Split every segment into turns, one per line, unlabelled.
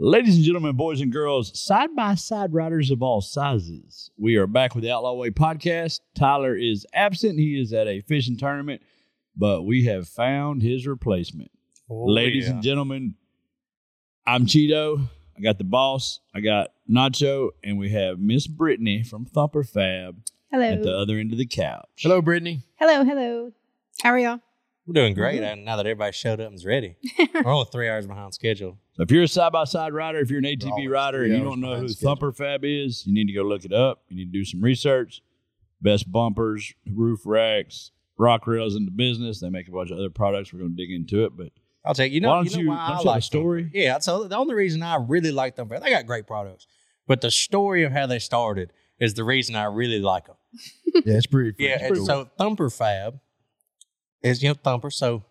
Ladies and gentlemen, boys and girls, side by side riders of all sizes, we are back with the Outlaw Way podcast. Tyler is absent. He is at a fishing tournament, but we have found his replacement.
Oh,
Ladies
yeah.
and gentlemen, I'm Cheeto. I got the boss. I got Nacho, and we have Miss Brittany from Thumper Fab at the
Hello.
other end of the couch.
Hello, Brittany.
Hello, hello. How are y'all?
We're doing great uh, now that everybody showed up and is ready. We're only three hours behind schedule.
So if you're a side by side rider, if you're an ATV
always
rider, and
three
you
hours
don't know
behind
who
schedule.
Thumper Fab is, you need to go look it up. You need to do some research. Best bumpers, roof racks, rock rails in the business. They make a bunch of other products. We're going to dig into it, but
I'll tell you, you know,
why don't
you, know
you,
why
don't you
I
have a
like them?
story?
Yeah, so the only reason I really like them, they got great products, but the story of how they started is the reason I really like them.
Yeah, it's pretty.
Yeah, and so Thumper Fab is you know Thumper. So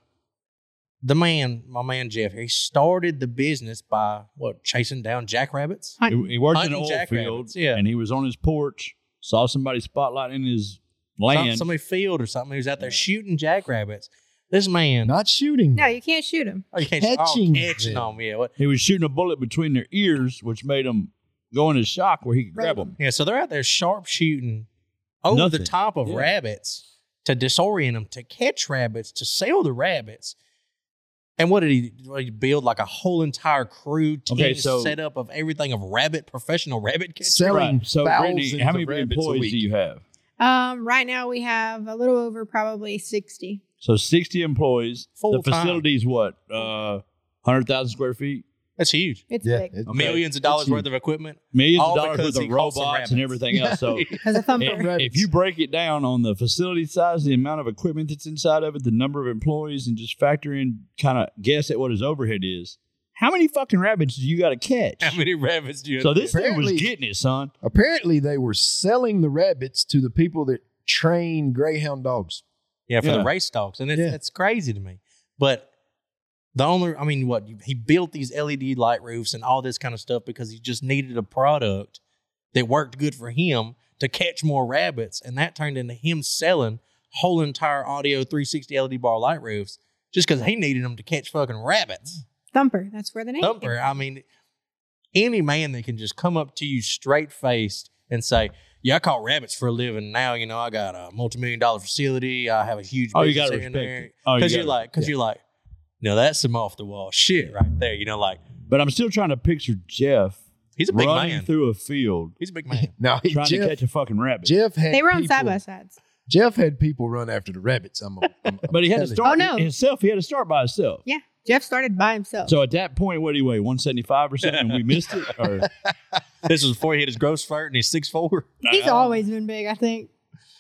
the man, my man Jeff, he started the business by what chasing down jackrabbits.
He, he worked in an
Hunting
oil field,
jackrabbits, yeah.
and he was on his porch, saw somebody spotlight in his
Some,
land.
somebody field or something. He was out there shooting jackrabbits. This man,
not shooting.
No, you can't shoot him.
oh, you can't catching,
catching
oh, catching
them.
them. Yeah, what,
he was shooting a bullet between their ears, which made them go into shock where he could grab
Right.
them.
Yeah, so they're out there sharpshooting over
Nothing.
the top of
Yeah.
rabbits to disorient them, to catch rabbits, to sell the rabbits. And what did he, what did he build like a whole entire crew team
Okay, so-
setup of everything of rabbit professional rabbit catchers?
selling.
Right. So, Brittany,
thousands
how
of
many
rabbits a
employees
week.
do you have?
Um, right now we have a little over probably 60.
So 60 employees.
Full
the
time.
facility's what? Uh, 100,000 square feet?
That's huge.
It's
Yeah,
big.
it-
Okay.
Millions of dollars worth of equipment.
Millions of
All
dollars
because
worth of
he caught some
robots and
rabbits.
everything else. So if,
As a thumper.
Rabbits.
if you break it down on the facility size, the amount of equipment that's inside of it, the number of employees, and just factor in kind of guess at what his overhead is, how many fucking rabbits do you got to catch?
How many rabbits do you
So this thing was
Apparently-
getting it, son.
apparently they were selling the rabbits to the people that train greyhound dogs.
Yeah, for
Yeah.
the race dogs. And it's,
Yeah.
it's crazy to me. But the only, I mean, what, he built these LED light roofs and all this kind of stuff because he just needed a product that worked good for him to catch more rabbits. And that turned into him selling whole entire audio 360 LED E bar light roofs just because he needed them to catch fucking rabbits.
Thumper. That's where the name came
Thumper, I mean, any man that can just come up to you straight faced and say, yeah, I caught rabbits for a living. Now, you know, I got a multi-million dollar facility. I have a huge
Oh, you
business
got to
here and
respect
there."
it. Oh, you
Because
gotta-
you are like, because you're like, no, that's some off the wall shit right there. You know, like
But I'm still trying to picture Jeff
he's a big
running
man.
through a field
he's a big man.
Now he-
trying
Jeff,
to catch a fucking rabbit.
Jeff had
They were on
people,
side by sides.
Jeff had people run after the rabbits. I'm, i I'm
but he had to
telling
start
you.
Oh, no.
himself. He had to start by himself.
Yeah. Jeff started by himself.
So at that point, what do you weigh? 175 or something? And we missed it? Or
this was before he hit his gross flirt and he's six four.
He's
uh,
always been big, I think.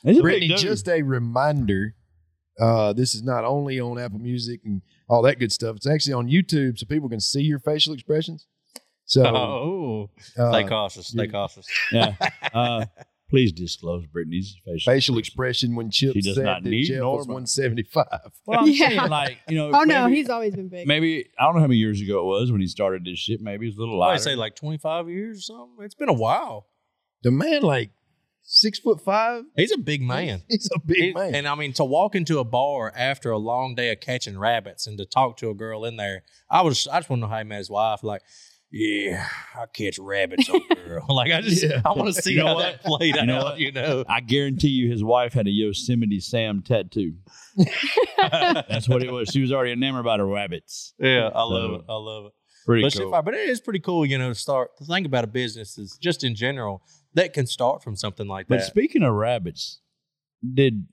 He's a big
Brittany,
dude.
just a reminder. Uh, this is not only on Apple Music and all that good stuff. It's actually on YouTube, so people can see your facial expressions. So,
Oh,
uh,
stay cautious. Stay
you-
cautious.
yeah. Uh, please disclose Brittany's facial.
facial expression when Chip
She does
said
not
that
need
Jeff
nor
was
want.
175.
Well, I'm
Yeah.
saying, like you know.
Oh, no.
maybe-
He's always been big.
maybe I don't know how many years ago it was when he started this shit. Maybe it was a little
I
lighter.
say like twenty five years or something. It's been a while.
The man, like six foot five.
He's a big man.
He's a big
He-
man.
And I mean, to walk into a bar after a long day of catching rabbits and to talk to a girl in there, I was I just want to know how he met his wife. Like, yeah, I catch rabbits, old girl. like, I just
Yeah.
I want to see
You know
how
what?
that played
You
out.
know what?
You know,
I guarantee you, his wife had a Yosemite Sam tattoo. That's what it was. She was already enamored by the rabbits.
yeah, I love it. I love it.
Pretty
But, shit,
cool.
fire. but it is pretty cool, you know, to start to think about a business is just in general that can start from something like
But
that.
speaking of rabbits, did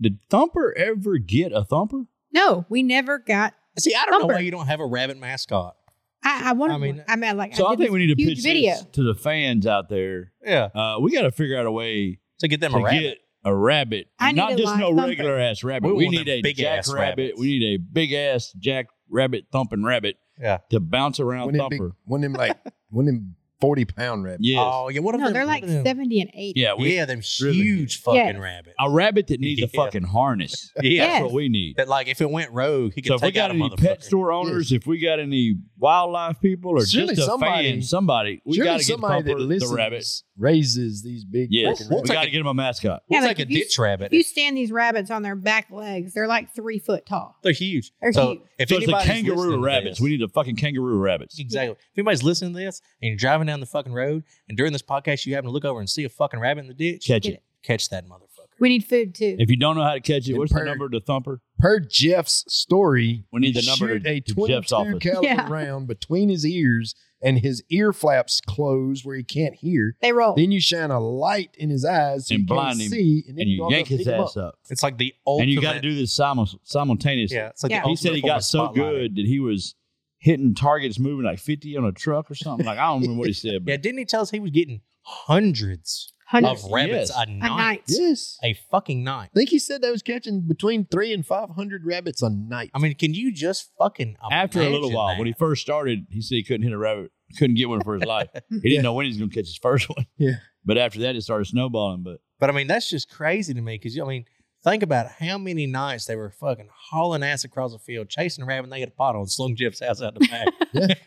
did Thumper ever get a Thumper?
No, we never got.
See, I don't know why
Thumper.
you don't have a rabbit mascot.
I, I wanted.
I
I
mean-
mean, I mean, like,
So I,
did
think
this
we need to
huge
pitch
video.
this to the fans out there.
Yeah,
Uh, we got to figure out a way
to get them
to
a rabbit.
get a rabbit.
I need
Not
a
just
live
no
thumper.
regular ass rabbit.
We
We,
want
need
them
a
big
jack
ass
rabbit.
rabbits.
We need a big ass jack rabbit thumping rabbit
Yeah.
to bounce around
when them, big,
thumper.
when them like when them forty pound rabbit.
Yes.
Oh yeah, what if
No, they're like
them,
seventy and eighty.
yeah. We,
yeah, them
really
huge fucking
Yeah.
rabbits.
A rabbit that needs a
Yeah.
fucking harness.
yeah,
That's
Yes.
what we need.
that like if it went rogue, he could
So if we
take
got
out a
any
motherfucker.
pet store owners, if we got any wildlife people, or
Surely
just a
somebody-
fan, somebody, we
Surely
got to get
somebody
Pumper
that
the
listens
rabbit.
raises these big.
Yes,
fucking
we'll
we
take
got to
a-
get him a mascot.
We'll
Yeah,
take
like
a
if you-
ditch rabbit.
If you stand these rabbits on their back legs, they're like three foot tall.
they're huge.
They're
so
huge.
if
so it's the
anybody's
kangaroo
listening to
rabbits.
this-
We need a fucking kangaroo rabbits.
Exactly. If anybody's listening to this and you're driving down the fucking road and during this podcast you happen to look over and see a fucking rabbit in the ditch,
Catch it.
catch that motherfucker.
We need food too.
If you don't know how to catch it,
And
what's the
purr.
number to thumper?
Per Jeff's story,
We need
he
the number
shoot
to-
a
to Jeff's
22
office.
caliber
Yeah.
round between his ears and his ear flaps close where he can't hear.
they roll.
Then you shine a light in his eyes so
And
he
blind him,
can't see, and then
And you
all go
yank
pick
his
him
ass
up.
up.
It's like the ultimate.
And you got to do this simu- simultaneously.
Yeah, it's like
Yeah.
the
He said
ultimate
he
form
got
of
so
spotlighting.
good that he was hitting targets moving like 50 on a truck or something. Like, I don't remember what he said,
Yeah,
but
didn't he tell us he was getting hundreds
Hundreds.
of rabbits
Yes.
a night?
night.
Yes,
A fucking night.
I think he said they was catching between three and five hundred rabbits a night.
I mean, can you just fucking
after a little
imagine
while,
that?
when he first started, he said he couldn't hit a rabbit, couldn't get one for his life. He didn't
Yeah.
know when he was going to catch his first one.
Yeah.
But after that, it started snowballing. But
But I mean, that's just crazy to me because I mean, think about how many nights they were fucking hauling ass across the field, chasing a rabbit, and they hit a pothole and slung Jeff's ass out the back.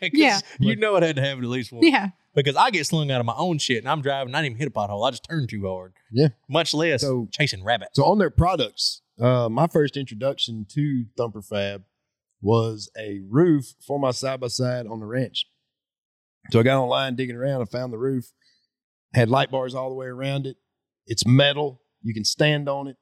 'Cause
Yeah.
you know it had to happen at least once.
Yeah.
Because I get slung out of my own shit and I'm driving, and I didn't even hit a pothole. I just turned too hard.
Yeah.
much less
So-
chasing rabbits.
So on their products, uh, my first introduction to Thumper Fab was a roof for my side by side on the ranch. So I got online digging around, I found the roof, had light bars all the way around it. It's metal, you can stand on it.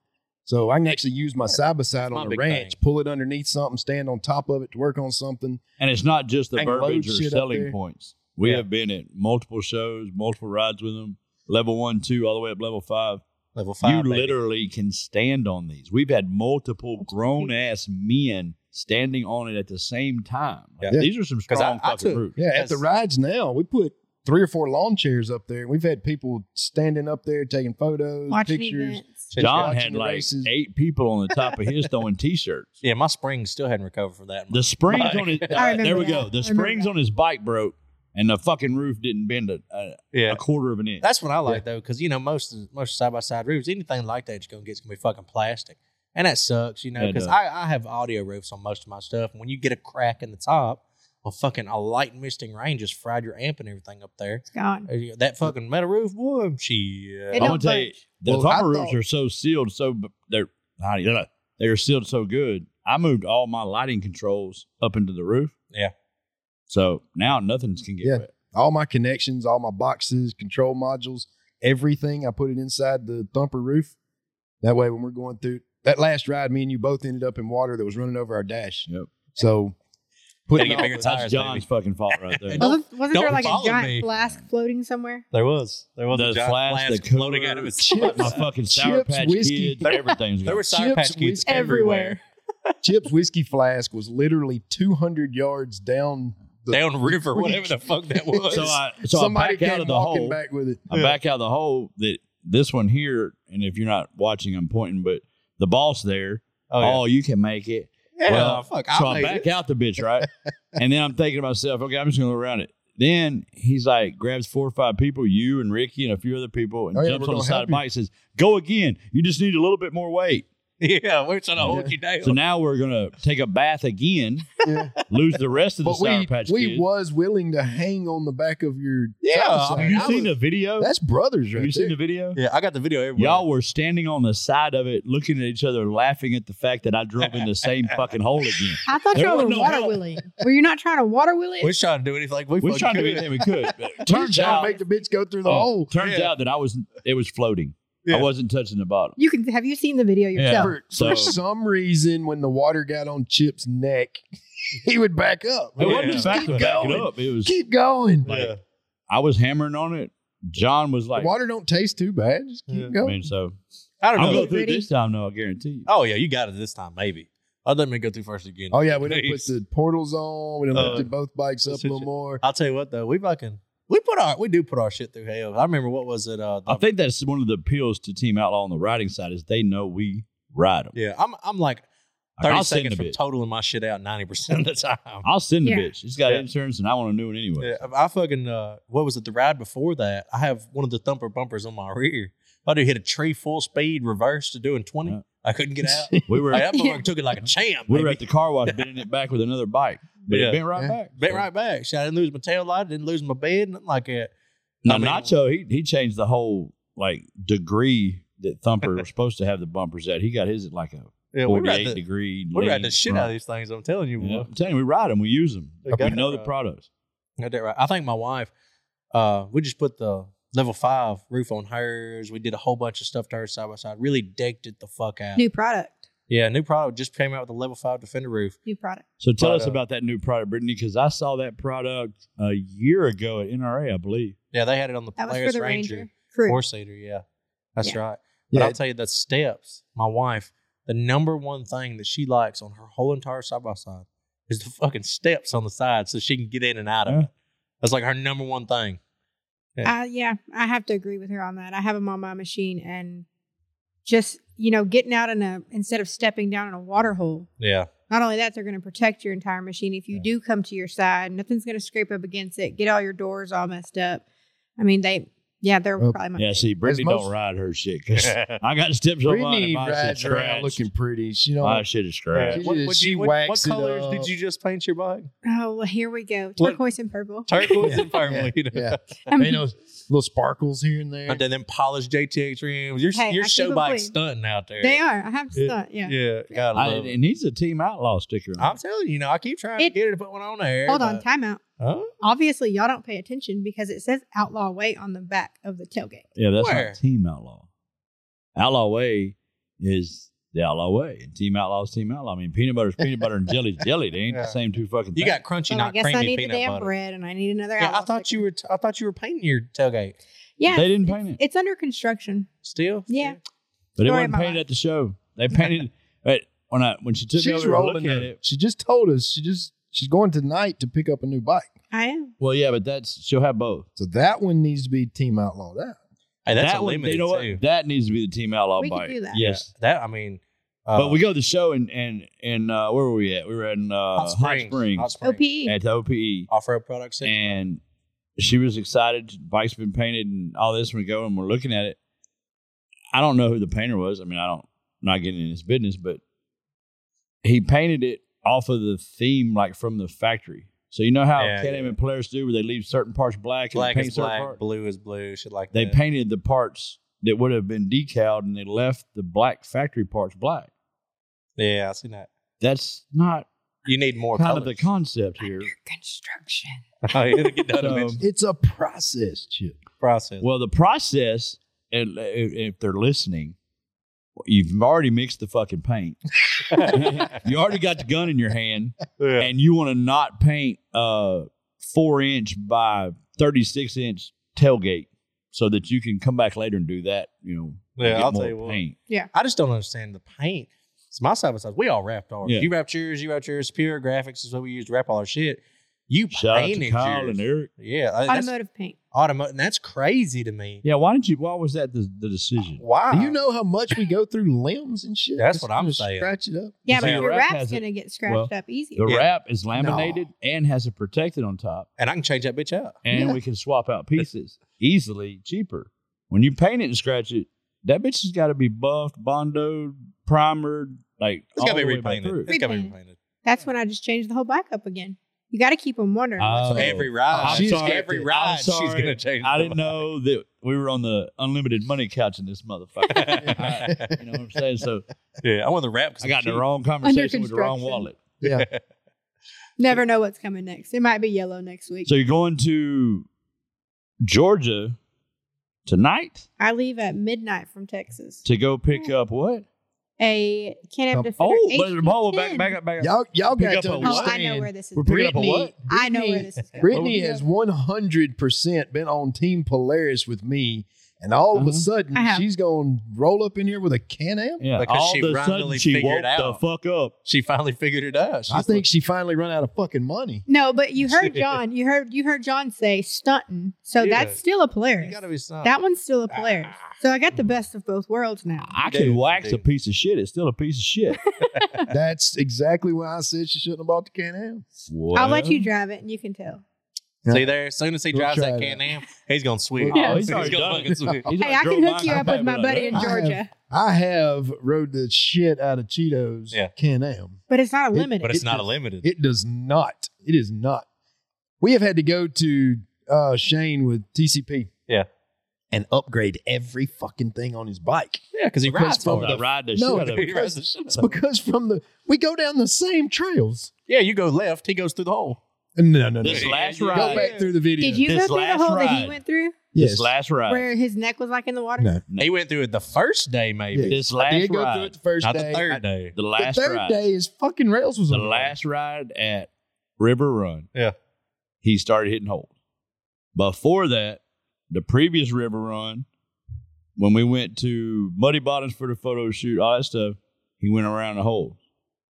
So I can actually use my side by side
That's my
on the
big
ranch,
thing.
pull it underneath something, stand on top of it to work on something.
And it's not just the
Hang a load
verbiage
of
or
shit up
selling
there.
points. We
Yeah.
have been at multiple shows, multiple rides with them, level one, two, all the way up level five.
Level five.
you
baby.
literally can stand on these. We've had multiple grown ass men standing on it at the same time. Like,
Yeah.
These are some
'Cause I-
strong
I
fucking
took-
roots.
Yeah, at the
Yes.
rides now, we put three or four lawn chairs up there. We've had people standing up there taking photos,
Watching
pictures.
events.
Shit,
John
watching
had
the
like
races.
eight people on the top of his throwing t-shirts.
Yeah, my spring still hadn't recovered from that.
The springs
Bike.
on his
I
all right, there
remember
we
that.
go. The
I remember
springs
that.
on his bike broke, and the fucking roof didn't bend a, a,
yeah,
a quarter of an inch.
That's what I like though, because you know most of, most side by side roofs, anything like that, you're gonna get gonna be fucking plastic, and that sucks, you know.
That
Because
does.
I, I have audio roofs on most of my stuff, and when you get a crack in the top, well, fucking a light misting rain just fried your amp and everything up there.
It's gone.
Uh, yeah, That fucking metal roof, boy, shit.
It
I'm
don't
gonna tell you,
budge.
the
Well, I
thumper roofs
thought-
are so sealed, so b- they're how do you- they're sealed so good. I moved all my lighting controls up into the roof.
Yeah.
So now nothing can get
Yeah.
wet.
all my connections, all my boxes, control modules, everything. I put it inside the thumper roof. That way, when we're going through that last ride, me and you both ended up in water that was running over our dash.
Yep.
So,
Gotta
putting
get
all
bigger
the-
tires,
That's John's
baby.
fucking fault right there.
Don't-
Wasn't, wasn't
don't
there like a
follow
giant
me.
flask floating somewhere?
There was, there was
the
a giant
flash,
flask
the cooler,
floating out of his.
chips.
my fucking sour
Chips,
patch
whiskey.
kids, everything's
There were
gone.
side
Chips,
patch kids
whiskey.
everywhere,
Chip's whiskey flask was literally 200 yards down. The,
down river, whatever the fuck that was.
So I so
somebody
I back
came
out of the
walking
hole.
back with it.
I back out of the hole that this one here, and if you're not watching, I'm pointing, but the boss there,
oh,
oh,
yeah.
you can make it.
Yeah,
well,
fuck,
so
I
I'm
made
back
it.
out the bitch, right? and then I'm thinking to myself, okay, I'm just gonna go around it. Then he's like, grabs four or five people, you and Ricky and a few other people, and
Oh, yeah,
jumps
we're
on the
gonna
side
help
of the bike and says, Go again. You just need a little bit more weight.
Yeah, we're trying to hold you down.
So now we're gonna take a bath again,
Yeah.
lose the rest of the
But
Sour
we,
Patch
we
Kids.
was willing to hang on the back of your.
Yeah,
Have
I
side-by-side.
mean,
you
I
seen
was-
the video?
That's brothers
Have
right
you
there.
seen the video?
Yeah, I got the video everywhere.
Y'all were standing on the side of it, looking at each other, laughing at the fact that I drove in the same fucking hole again.
I thought
There
y'all
was
were
no
water
help.
wheeling. Were you not trying to water wheel it?
We're trying to do anything like we,
We
fucking
tried to do
could.
anything we could. but
We're
Turns
trying
out,
to make the bitch go through the
Oh,
hole.
turns
Yeah.
out that I was it was floating. I
Yeah.
wasn't touching the bottom.
you can have you seen the video
Yeah.
yourself?
For,
So-
for some reason, when the water got on Chip's neck, he would back up.
It
Yeah.
wasn't the fact
Keep
of backing
going.
up. It was
Keep going.
Like, I was hammering on it. John was like,
the water don't taste too bad. Just keep
Yeah.
I
going.
mean, so
I don't
I'll
know.
go through it
Gritty.
this time though. I guarantee you.
Oh yeah, you got it this time, maybe. I'll let me go through first again.
oh yeah, we didn't put
Please.
the portals on. We didn't
Uh,
lifted both bikes up a little more.
I'll tell you what though, we fucking we put our we do put our shit through hell. I remember what was it? Uh,
I think that's one of the appeals to Team Outlaw on the riding side is they know we ride them.
yeah, I'm I'm like
Like,
30
I'll send
seconds
the
from
bitch.
totaling my shit out 90% of the time.
I'll send the
Yeah.
bitch. She's got
Yeah.
insurance, and I want a new one anyway.
Yeah, I fucking, uh, what was it, the ride before that? I have one of the thumper bumpers on my rear. I do hit a tree full speed, reverse to doing 20.
Yeah.
I couldn't get out.
We were
Like, that motherfucker took it like a champ.
we were
baby.
at the car wash, bending it back with another bike, but
Yeah.
it bent right
Yeah.
back.
Bent right back. Shit, I didn't lose my tail light. Didn't lose my bed. Nothing like that.
Now
I mean-
Nacho, he he changed the whole like degree that Thumper was supposed to have the bumpers at. He got his at like a
Yeah, we ride
forty-eight
the,
degree.
we ride
lean
the shit
front.
out of these things. I'm telling you.
Yeah,
boy.
I'm telling you, we ride them. We use them.
They
We
got
know the
that right.
products.
Got that right. I think my wife, uh, we just put the level five roof on hers. We did a whole bunch of stuff to her side by side. Really decked it the fuck out.
New product.
Yeah, new product just came out with a level five defender roof.
New product.
So tell
But,
us
uh,
about that new product, Brittany, because I saw that product a year ago at NRA, I believe.
Yeah, they had it on the
That was
Polaris
for the
Ranger,
Ranger, crew.
four seater. Yeah, that's
Yeah.
right. But
Yeah,
I'll tell you the steps. My wife, the number one thing that she likes on her whole entire side by side is the fucking steps on the side, so she can get in and out of
Yeah.
it. That's like her number one thing.
Uh, yeah, I have to agree with her on that. I have them on my machine and just, you know, getting out in a, instead of stepping down in a water hole.
Yeah,
Not only that, they're going to protect your entire machine. If you
Yeah.
do come to your side, nothing's going to scrape up against it, get all your doors all messed up. I mean, they, yeah, they're
Well,
probably my
Yeah, see, Brittany
most-
don't ride her shit 'cause I got steps on mine. and
Brittany
My
rides
shit
around
scratched.
looking pretty. She don't.
My shit is scratched.
She just- she waxed it
colors
up.
did you just paint your bike?
Oh, well, here we go.
What-
Turquoise and purple. Um,
Turquoise
Yeah,
and firmly.
yeah, yeah.
I
Ain't
mean,
no little sparkles here and there.
And then polished JTH rims. Your,
Hey,
your
I keep
show
them
bike's
clean.
stunting out there.
they are. I have to
Yeah.
stunt. Yeah.
Yeah, God, I
I,
love
it
it.
needs a Team Outlaw sticker on
I'm telling you, you know, I keep trying to
It-
get her to put one on there.
Hold on.
but-
Time out.
Huh?
Obviously, y'all don't pay attention because it says outlaw weight on the back of the tailgate.
it. Yeah, that's
Where?
not Team Outlaw. Outlaw Way is the Outlaw Way, and Team Outlaw is Team Outlaw. I mean, peanut butter is peanut butter and jelly is jelly. They ain't
Yeah.
the same two fucking
You
things.
got crunchy,
But I
not
guess I
creamy
need the
peanut
damn
butter.
bread and I need another
Yeah, I
outlaw
thought
sticker.
you were. T- I thought you were painting your tailgate.
Yeah.
They didn't
it's-
paint it.
It's under construction.
Still,
Yeah.
but it
Story
wasn't
of my
painted
life.
at the show. They painted but when I when she took me
she's
over to
rolling
look at
it.
it.
She just told us she just she's going tonight to pick up a new bike.
I am.
Well, yeah, but that's she'll have both.
So that one needs to be team outlawed out.
Hey, that's
that
a
one-
limited
you know what?
too.
That needs to be the team outlaw
We could
bike.
do that.
Yes,
Yeah, that I mean, uh,
but we go to the show and and and uh, where were we at? We were in uh,
hot springs, hot springs,
OPE.
at E. the OPE,
off-road products.
and she was excited. Bike's been painted and all this. We go and we're looking at it. I don't know who the painter was. I mean, I don't not getting in his business, but he painted it off of the theme, like from the factory. So you know how
Yeah,
Can-Am
yeah.
and Polaris do, where they leave certain parts black,
black
and they paint
is
certain
black,
parts?
blue is blue, shit like
they
that.
painted the parts that would have been decaled and they left the black factory parts black.
Yeah, I seen that.
That's not
You need more
kind
color.
of the concept here.
Under construction.
get that
So-
eventually.
It's a process, Chip.
process.
Well, the process, and i- if they're listening, you've already mixed the fucking paint. You already got the gun in your hand,
Yeah.
and you want to not paint a four inch by 36 inch tailgate so that you can come back later and do that, you know. and
Yeah,
get
I'll
more
tell you what.
paint.
I just don't understand the paint. So my side by sides, we all wrapped ours.
Yeah.
You wrapped yours, you wrapped yours. Pure graphics is what we used to wrap all our shit. You
Shout out to
painted
Kyle
yours.
and Eric.
yeah, I- that's
Automotive paint.
automotive, and that's crazy to me.
Yeah, why didn't you? Why was that the, the decision?
Wow,
Uh-uh.
Do you know how much we go through limbs and shit?
That's
Just
what I'm
gonna
saying.
Scratch it up.
Yeah,
See,
but
the
your
wrap
wrap's
has it-
going to get scratched
well,
up easier.
The
Yeah.
wrap is laminated and has a protected on top,
and I can change that bitch out.
and
Yeah.
we can swap out pieces easily, cheaper. When you paint it and scratch it, that bitch has got to be buffed, bondoed, primered, like
It's got to
all
be
the way back
repainted.
through.
It's got to be
Repainted.
repainted.
That's when I just changed the whole bike up again. You got to keep them wondering.
Oh.
Every ride,
I'm
she's
sorry.
every
I'm
ride, she's
sorry.
gonna change.
I
the
didn't know that we were on the unlimited money couch in this motherfucker. I-
vibe.
you know what I'm saying? So
yeah, I want the wrap. 'cause
I got in
I'm
the
cheap.
wrong conversation with the wrong
construction.
wallet.
Yeah.
Never know what's coming next. It might be yellow next week.
So you're going to Georgia tonight
I leave at midnight from Texas.
to go pick up what?
a Can-Am Defender.
Oh, but
HD10.
hold back, back up, back up.
Y'all, y'all
Pick
got
up
to
a what?
Oh, I
understand.
know where this is.
We're picking up a
Brittany-
what?
I know where
Brittany-
this is
What
going.
Brittany
we got?
is 100% been on Team Polaris with me And all of
Uh-huh.
Mm-hmm.
a sudden,
I have.
she's going to roll up in here with a can am.
Yeah,
Because
all
she
of a sudden
randomly
she woke
figured
the
out.
fuck up.
She finally figured it out. She's
I think
like,
she finally run out of fucking money.
No, but you heard John. You heard you heard John say stunting. So
Yeah.
that's still a
you
Polaris.
gotta be something.
That one's still a Polaris. So I got the best of both worlds now.
I
Dude,
can wax a
dude.
piece of shit. It's still a piece of shit.
That's exactly why I said she shouldn't have bought the can am.
I'll let you drive it and you can tell.
See there, as soon as he
We'll
drives
try
that
that.
Can Am, he's gonna switch.
Oh, he's already
gonna
done
fucking switch.
He's
Hey,
like,
I can
"Drove
hook you
mine
up with my
back
buddy
up."
in
I have-
Georgia,
I have rode the shit out of Cheetos
Yeah.
can am.
but it's not a
It-
limited.
But it's
It
not a
just-
limited.
It does not. It is not. We have had to go to uh, Shane with TCP.
Yeah.
And upgrade every fucking thing on his bike.
yeah, because he
Because
rides
from
for
I
it.
ride Oh, the
No,
shit out of
He
it.
rides the shit out
It's
of it.
because from the we go down the same trails.
Yeah, you go left, he goes through the hole.
No, no, no.
This
Yeah,
last
you go
ride,
Go back through the video.
Did you go
This
through the
last
hole that he
ride.
went through,
Yes.
this last ride,
where his neck was like in the water?
No.
He went through it the first day, maybe.
Yeah.
this
I
last
did go through
ride,
it the first
Not
day.
the
I-
third day.
the last
the third
ride,
day is fucking rails was
the
on
last ride at River Run.
Yeah.
he started hitting holes. Before that, the previous River Run, when we went to Muddy Bottoms for the photo shoot, all that stuff, he went around the holes.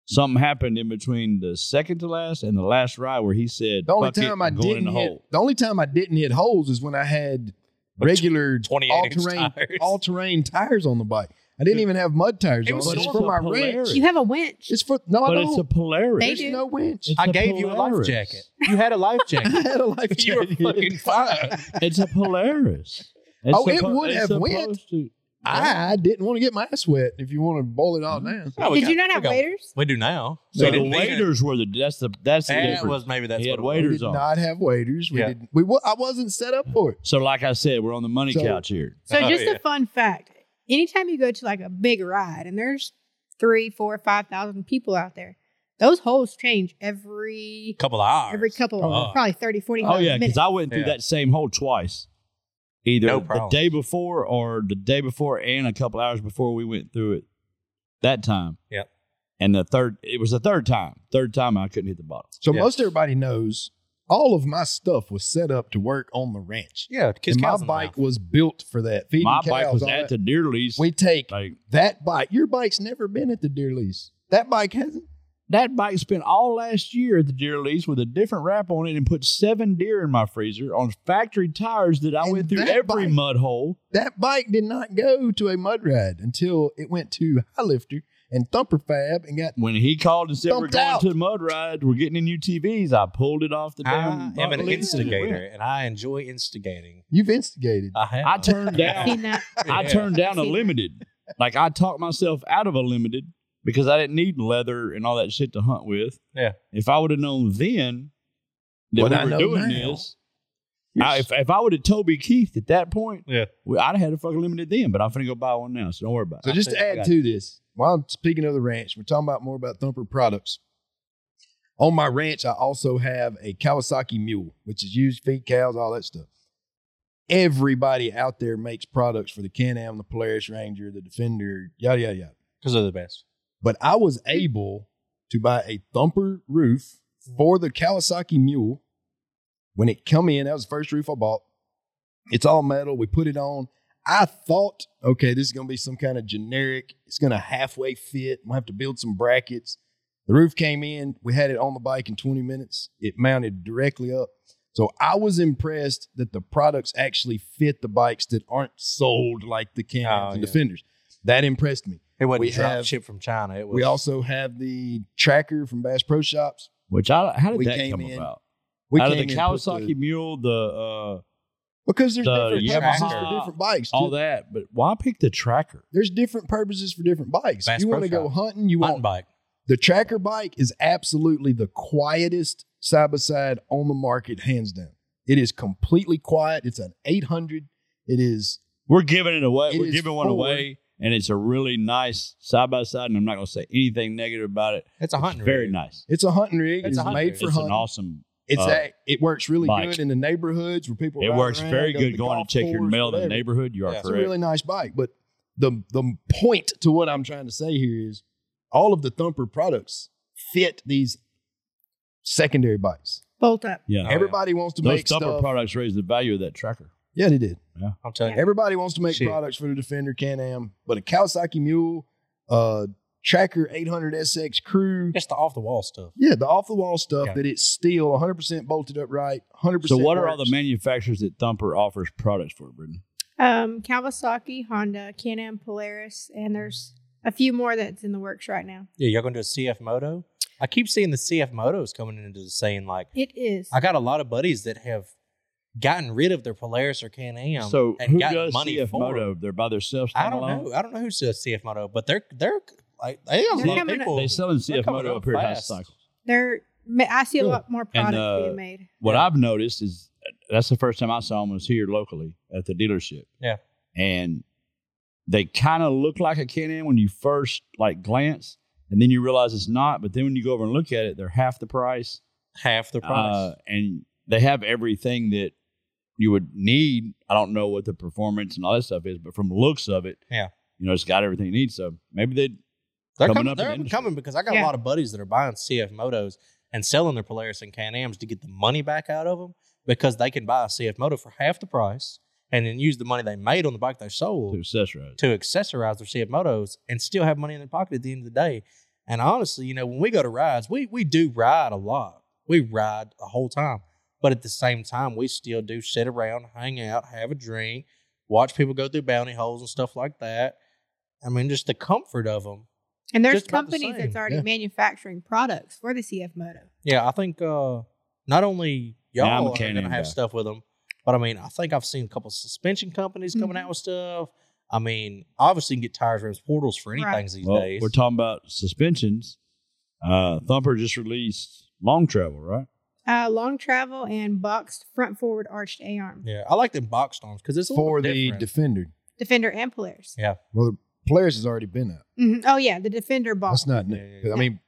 Something happened in between the second to last and the last ride where he said,
The only
"Fuck it,
time I
I'm going in
didn't
the
hit,
hole."
the only time I didn't hit holes is when I had
Like
regular
28
all
inch
terrain
tires.
all terrain tires on the bike. I didn't even have mud tires
It
on.
was
It's
so
for my
Polaris.
wrench.
You have a winch.
It's for no,
But
I
it's
don't.
a Polaris.
They
There's
do.
no winch.
It's
I
a
gave you a life
Polaris.
jacket. You had a life
I
jacket.
had a life
you were
jacket.
fucking fine.
It's a Polaris. It's
Oh, it
suppo-
would
it's
have went.
supposed to-
I didn't want to get my ass wet. If you want to boil it
Mm-hmm.
all down,
Oh,
No, Oh, we
Did
got-
you not
we
have
got-
waiters?
We do now.
So
We
the
didn't need it.
waiters were the that's the that's the
That
difference.
was maybe that's
He had
what it was.
we
waiters
did
on.
not have waders. We
Yeah.
didn't. We wa- I wasn't set up for it.
So, like I said, we're on the money
So-
couch here.
So
Oh,
just
yeah.
a fun fact: anytime you go to like a big ride, and there's three, four, five thousand people out there, those holes change every
couple of hours.
every couple,
Oh.
probably 30, 40
Oh yeah,
minutes.
because I went through
Yeah.
that same hole twice, either
No
the
problem.
day before or the day before, and a couple hours before we went through it that time.
Yep.
And the third, it was the third time. Third time I couldn't hit the bottom.
So
Yeah.
most everybody knows all of my stuff was set up to work on the ranch.
Yeah, kiss
And my
cows in the
bike
mouth.
was built for that. Feeding
My
cows,
bike was
all
at
that.
the deer lease.
We take
like
that bike. Your bike's never been at the deer lease. That bike hasn't.
that bike spent all last year at the deer lease with a different wrap on it and put seven deer in my freezer on factory tires that I
And
went through
that
every
bike-
mud hole.
That bike did not go to a mud ride until it went to High Lifter and Thumper Fab and got.
When he called and said we're
Thumped
going
out.
to the mud ride, we're getting in UTVs, I pulled it off the
I
damn.
am an
bucket list and went.
instigator, and I enjoy instigating.
You've instigated.
I have.
I turned
See,
down.
now-
I
Yeah.
turned down a
See.
limited. Like I talked myself out of a limited because I didn't need leather and all that shit to hunt with.
Yeah.
If I would have known then that
What
we
I
were
know
doing
now.
this, I, if, if I would have Toby Keith at that point,
Yeah.
we, I'd have had a fucking limited then. But I'm finna go buy one now, so don't worry about
So
it.
just
I
to
think I
add
got
to this, while I'm speaking of the ranch, we're talking about more about Thumper products. On my ranch, I also have a Kawasaki mule, which is used to feed cows, all that stuff. Everybody out there makes products for the Can Am, the Polaris Ranger, the Defender, yada yada yada.
Because they're the best.
But I was
Hmm.
able to buy a Thumper roof
Hmm.
for the Kawasaki mule when it come in. That was the first roof I bought. It's all metal. We put it on. I thought, okay, this is going to be some kind of generic. It's going to halfway fit. We'll have to build some brackets. The roof came in. We had it on the bike in 20 minutes. It mounted directly up. So I was impressed that the products actually fit the bikes that aren't sold like the Can
Oh,
and
yeah.
Defenders. That impressed me.
It wasn't
We
drop
have-
shipped from China. It was.
We also have the tracker from Bass Pro Shops.
Which I how did
We
that
came
come
in-
about?
We
out of
came
the
in and put
Kawasaki
the-
Mule, the uh,
because there's
the
different
Yamaha,
purposes for different bikes.
all
too.
that, but why pick the tracker?
There's different purposes for different bikes.
Bass
you
Pro
want to go
Shops.
hunting, you
mountain
want
bike.
the tracker bike is absolutely the quietest side by side on the market, hands down. It is completely quiet. It's an 800. It is
We're giving it away.
It
We're
is
giving one
forward.
away, and it's a really nice side by side. And I'm not going to say anything negative about it.
It's a
It's
hunting.
very
rig.
nice.
it's a hunting rig.
It's
It's
a hunting
made
rig.
for
it's an
hunting.
awesome.
it's
uh,
that it works really
bike.
good in the neighborhoods where people.
It
ride
works
around,
very
go to
good
the
going
golf
to check your
course,
mail in the
whatever.
neighborhood. You are
Yeah, it's
It's a
correct.
really nice bike, but the the point to what I'm trying to say here is all of the Thumper products fit these secondary bikes.
bolt up.
yeah,
Oh, yeah.
Everybody wants to
those
make
thumper
stuff.
products raise the value of that tracker.
Yeah, they did.
I'm telling you.
Everybody wants to make
Shit.
products for the Defender Can-Am, but a Kawasaki Mule, uh, Tracker 800 SX Crew,
It's the off the wall stuff.
yeah, the off-the-wall stuff
Yeah.
that it's still 100% bolted upright, 100%.
So, what are all
works.
the manufacturers that Thumper offers products for, Brittany?
Um, Kawasaki, Honda, Can-Am, Polaris, and there's a few more that's in the works right now.
Yeah, y'all gonna do a CF Moto? I keep seeing the CF Motos coming into the saying like
It is.
I got a lot of buddies that have gotten rid of their Polaris or Can Am
So,
and
who
got
does
money
CF
for
Moto?
them.
They're by themselves.
I don't
standalone?
know. I don't know who says CF Moto, but they're they're like they have a
They're
lot of
coming up-
people.
They selling
They're
CF
coming
Moto
up
up here at High
fast.
Cycle.
There, ma- I see a
Really?
lot more product
uh,
being made.
What
Yeah.
I've noticed is uh, that's the first time I saw them was here locally at the dealership.
Yeah.
And they kind of look like a Can Am when you first like glance, and then you realize it's not. But then when you go over and look at it, they're half the price.
half the price.
Uh, and they have everything that you would need. I don't know what the performance and all that stuff is, but from the looks of it,
Yeah.
you know, it's got everything you need. So maybe they
they're
coming up
coming.
in the
they're
industry.
coming because I got
Yeah.
a lot of buddies that are buying CF Motos and selling their Polaris and Can Ams to get the money back out of them because they can buy a CF Moto for half the price and then use the money they made on the bike they sold
to accessorize.
to accessorize their CF Motos and still have money in their pocket at the end of the day. And honestly, you know, when we go to rides, we we do ride a lot. We ride the whole time. But at the same time, we still do sit around, hang out, have a drink, watch people go through bounty holes and stuff like that. I mean, just the comfort of them.
And there's
just about the
companies that's
same,
already
yeah.
manufacturing products for the CF Moto.
Yeah, I think uh not only
Yeah, I'm a
y'all are
Can-Am
gonna have
guy.
stuff with them, but I mean, I think I've seen a couple suspension companies coming out with stuff. I mean, obviously, you can get tires, rims, portals for anything
Right.
these
Well,
days.
we're talking about suspensions. Uh, Thumper just released Long Travel, right?
Uh, long travel and boxed front forward arched A arm.
Yeah, I like them box storms because it's a
for
little
the
different.
Defender?
Defender and Polaris.
Yeah.
Well, the Polaris has already been out.
Mhm. Oh, yeah. The Defender box.
That's not new.
Yeah, yeah, yeah.
I mean,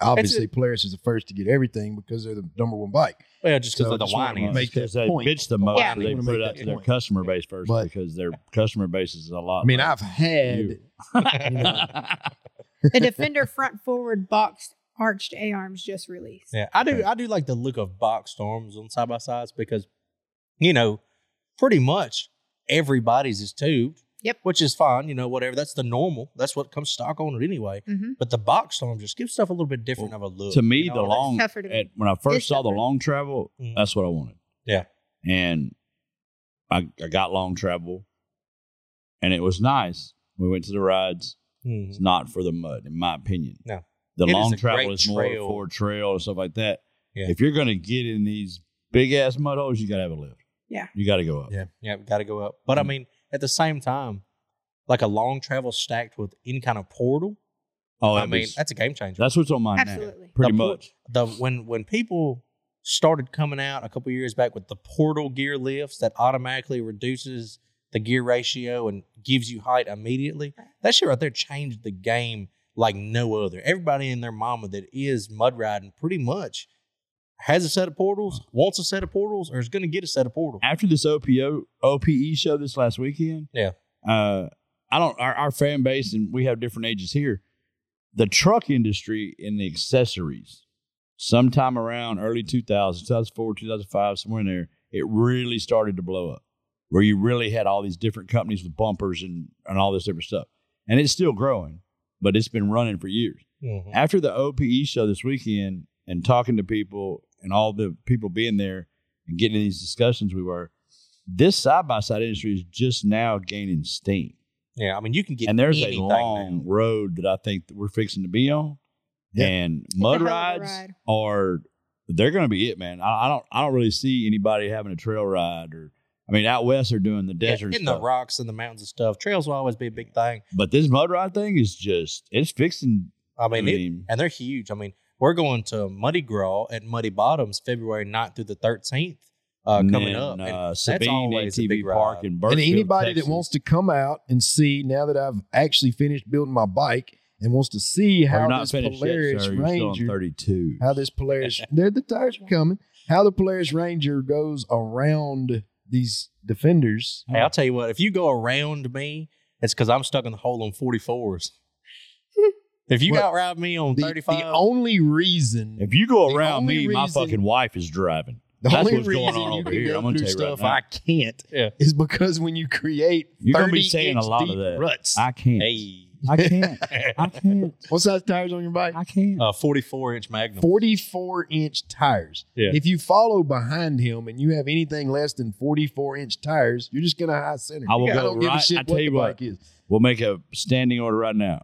obviously, Polaris is the first to get everything because they're the number one bike.
well, just because
So
of the
just wanted to
whining.
make
Because
that
they
point.
bitch the most,
Yeah.
they
Wanna
put it out
make that
to their
point.
customer base first
But-
because their customer base is a lot.
I mean,
like
I've had
you.
the Defender front forward boxed arched A arms just released.
Yeah, I do. I do like the look of box storms on side by sides because, you know, pretty much everybody's is tubed.
Yep.
Which is fine. You know, whatever. That's the normal. That's what comes stock on it anyway.
Mm-hmm.
But the box storm just gives stuff a little bit different of a look.
to me,
you know
the
what I mean?
long
tougher to me.
at, when I first
It's
saw the
tougher.
long travel,
Mhm.
that's what I wanted.
Yeah.
and I, I got long travel, and it was nice. We went to the rides.
Mhm.
It's not for the mud, in my opinion.
No.
The
It is
long
a
travel
great
Mm-hmm. is more
trail.
for trail and stuff like that.
Yeah.
If you're gonna get in these big ass mud holes, you gotta have a lift.
Yeah.
You gotta go up.
Yeah.
Yeah, got to go up. But I
Mm.
mean, at the same time, like a long travel stacked with any kind of portal.
Oh,
I mean, that's a game changer.
that's what's on mine now.
Absolutely.
Pretty
The por-
much.
the when when people started coming out a couple years back with the portal gear lifts that automatically reduces the gear ratio and gives you height immediately. That shit right there changed the game like no other. Everybody and their mama that is mud riding pretty much has a set of portals,
Uh-huh.
wants a set of portals, or is going to get a set of portals.
After this OPO OPE E show this last weekend,
Yeah.
Uh, I don't our, our fan base and we have different ages here. The truck industry and the accessories, sometime around early 2000, 2004, 2005, somewhere in there, it really started to blow up where you really had all these different companies with bumpers and, and all this different stuff. And it's still growing, but it's been running for years.
Mhm.
after the OPE show this weekend and talking to people and all the people being there and getting in these discussions we were, this side by side industry is just now gaining steam.
Yeah, I mean you can get
And there's a
anything
long road that I think that we're fixing to be on.
Yeah.
And mud
hell of a
rides
ride.
are they're gonna be it, man. I, I don't I don't really see anybody having a trail ride or I mean out west are doing the
now. Yeah,
desert
in
stuff.
the rocks and the mountains and stuff. Trails will always be a big thing.
but this mud ride thing is just it's fixing
I
I
mean, it-
mean
and they're huge. I mean, we're going to Muddy Gras at Muddy Bottoms February 9th through the 13th uh,
and
coming
then,
up. And
uh, Sabine
always a
ATV
big
Park
ride.
in
And
Birchfield,
anybody
Texas.
that wants to come out and see now that I've actually finished building my bike and wants to see
Or
how
not
this
finished yet,
Polaris
sir. You're still on
Ranger,
32.
how this Polaris, there the tires are coming, how the Polaris Ranger goes around these defenders.
hey, I'll tell you what, if you go around me, it's because I'm stuck in the hole on 44s. if you
Well,
outride me on
The,
35,
the only reason
If you go
The
around me,
only
my
reason-
fucking wife is driving.
The
That's
only
what's going
reason
on
you
over
can
here.
go
I'm gonna
through
tell you right
stuff
now.
I can't
Yeah.
is because when you create
You're gonna be
30
saying a
inch
lot of
deep
that.
ruts.
I can't.
Hey,
I can't. I can't.
what size tires on your bike?
I can't.
uh, 44 inch Magnum.
44 inch tires.
Yeah.
If you follow behind him and you have anything less than 44 inch tires, you're just gonna high center.
I will
I
go
don't give a
right-
shit
I tell
what
you
the
what.
bike is.
We'll make a standing order right now.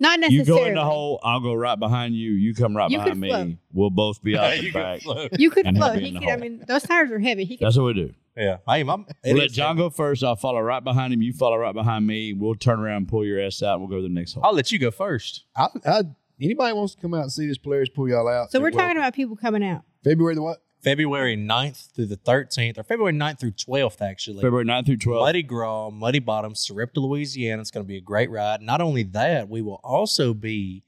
Not
You
necessarily.
go in the hole. I'll go right behind you. You come right
You
behind
could
me.
float.
We'll both be out the
You go
back.
slow.
You could
and he'll
float.
be in
He
the
could. I
hole.
mean, those tires are heavy. He could.
That's what we do.
Yeah. Hey, my, it
We'll let
is-
John go first. I'll follow right behind him. You follow right behind me. We'll turn around, pull your ass out, and we'll go to the next hole.
I'll let you go first.
I, I, anybody wants to come out and see this players pull y'all out.
So
they're
we're talking
welcome.
about people coming out.
February the what?
February 9th through the 13th, or February 9th through 12th, actually.
February 9th through 12th.
Muddy Gras, Muddy Bottom, Sarepta, Louisiana. It's going to be a great ride. Not only that, we will also be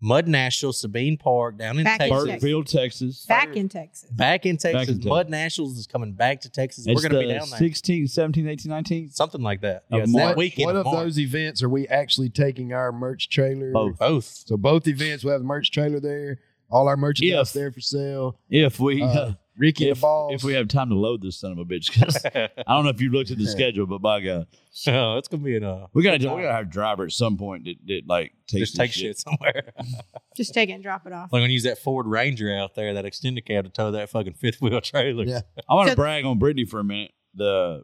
Mud National, Sabine Park, down in
Back in
Texas.
Texas.
Burkeville, Texas.
Back in Texas.
Back in Texas.
Back in Texas.
Mud Nationals is coming back to Texas.
It's
We're going to be
the
down there.
16th, 17th, 18th, 19th.
Something like that.
Of
Yeah, it's
March.
that weekend.
What
of
of
March.
those events are we actually taking our merch trailer?
Both.
Both.
So both events we'll have the merch trailer there. All our merchandise
If-
there for sale.
If we.
Uh,
uh,
Ricky
if,
the balls.
if we have time to load this son of a bitch, 'cause I don't know if you looked at the schedule, but by God,
so it's going to be in uh, a.
we gotta we gotta have a driver at some point that, that like takes
Just take
this shit.
shit somewhere.
Just take it and drop it off.
I'm going to use that Ford Ranger out there, that extended cab to tow that fucking fifth wheel trailer.
Yeah.
I want to
So-
brag on Brittany for a minute. The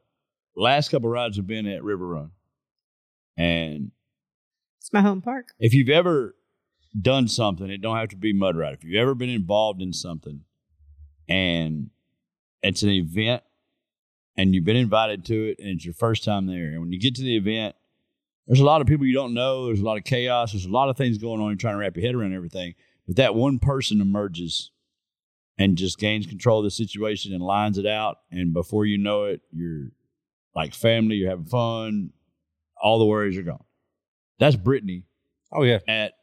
last couple rides have been at River Run, and
It's my home park.
if you've ever done something, it don't have to be mud ride. If you've ever been involved in something, and it's an event, and you've been invited to it, and it's your first time there, and when you get to the event, there's a lot of people you don't know. There's a lot of chaos. There's a lot of things going on. You're trying to wrap your head around everything, but that one person emerges and just gains control of the situation and lines it out. And before you know it, you're like family. You're having fun. All the worries are gone. That's Brittany
Oh, yeah.
at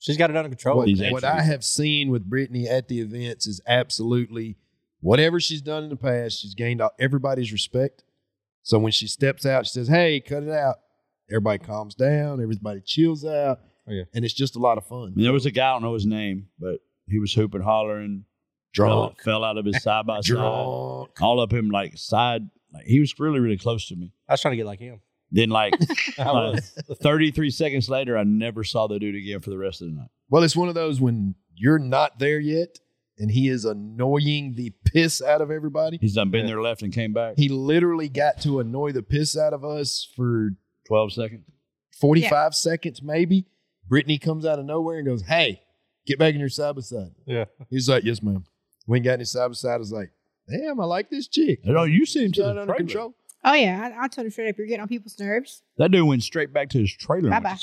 She's got it under control.
what,
these
what
entries.
I have seen with Brittany at the events is absolutely whatever she's done in the past, she's gained all- everybody's respect. So when she steps out, she says, Hey, cut it out. Everybody calms down, everybody chills out.
Oh, yeah. Mm,
And it's just a lot of
I
fun.
mean, there was a guy, I don't know his name, but he was hooping, hollering,
Drunk.
Fell, fell out of his side by side, all
Drunk.
up him like side. Like, he was really, really close to me.
I was trying to get like him.
Then, like
I was.
33 seconds later, I never saw the dude again for the rest of the night.
Well, it's one of those when you're not there yet and he is annoying the piss out of everybody.
He's done been there, left, and came back
He literally got to annoy the piss out of us for
12 seconds.
45 seconds maybe. Brittany comes out of nowhere and goes, Hey, get back in your side by side.
Yeah.
He's like, Yes, ma'am. We ain't got any side by side. I was like, Damn, I like this chick.
And, oh, you seem
She's
to
got it
the
under
trailer.
control.
Oh yeah, I, I told him straight up, you're getting on people's nerves.
That dude went straight back to his trailer.
Bye bye.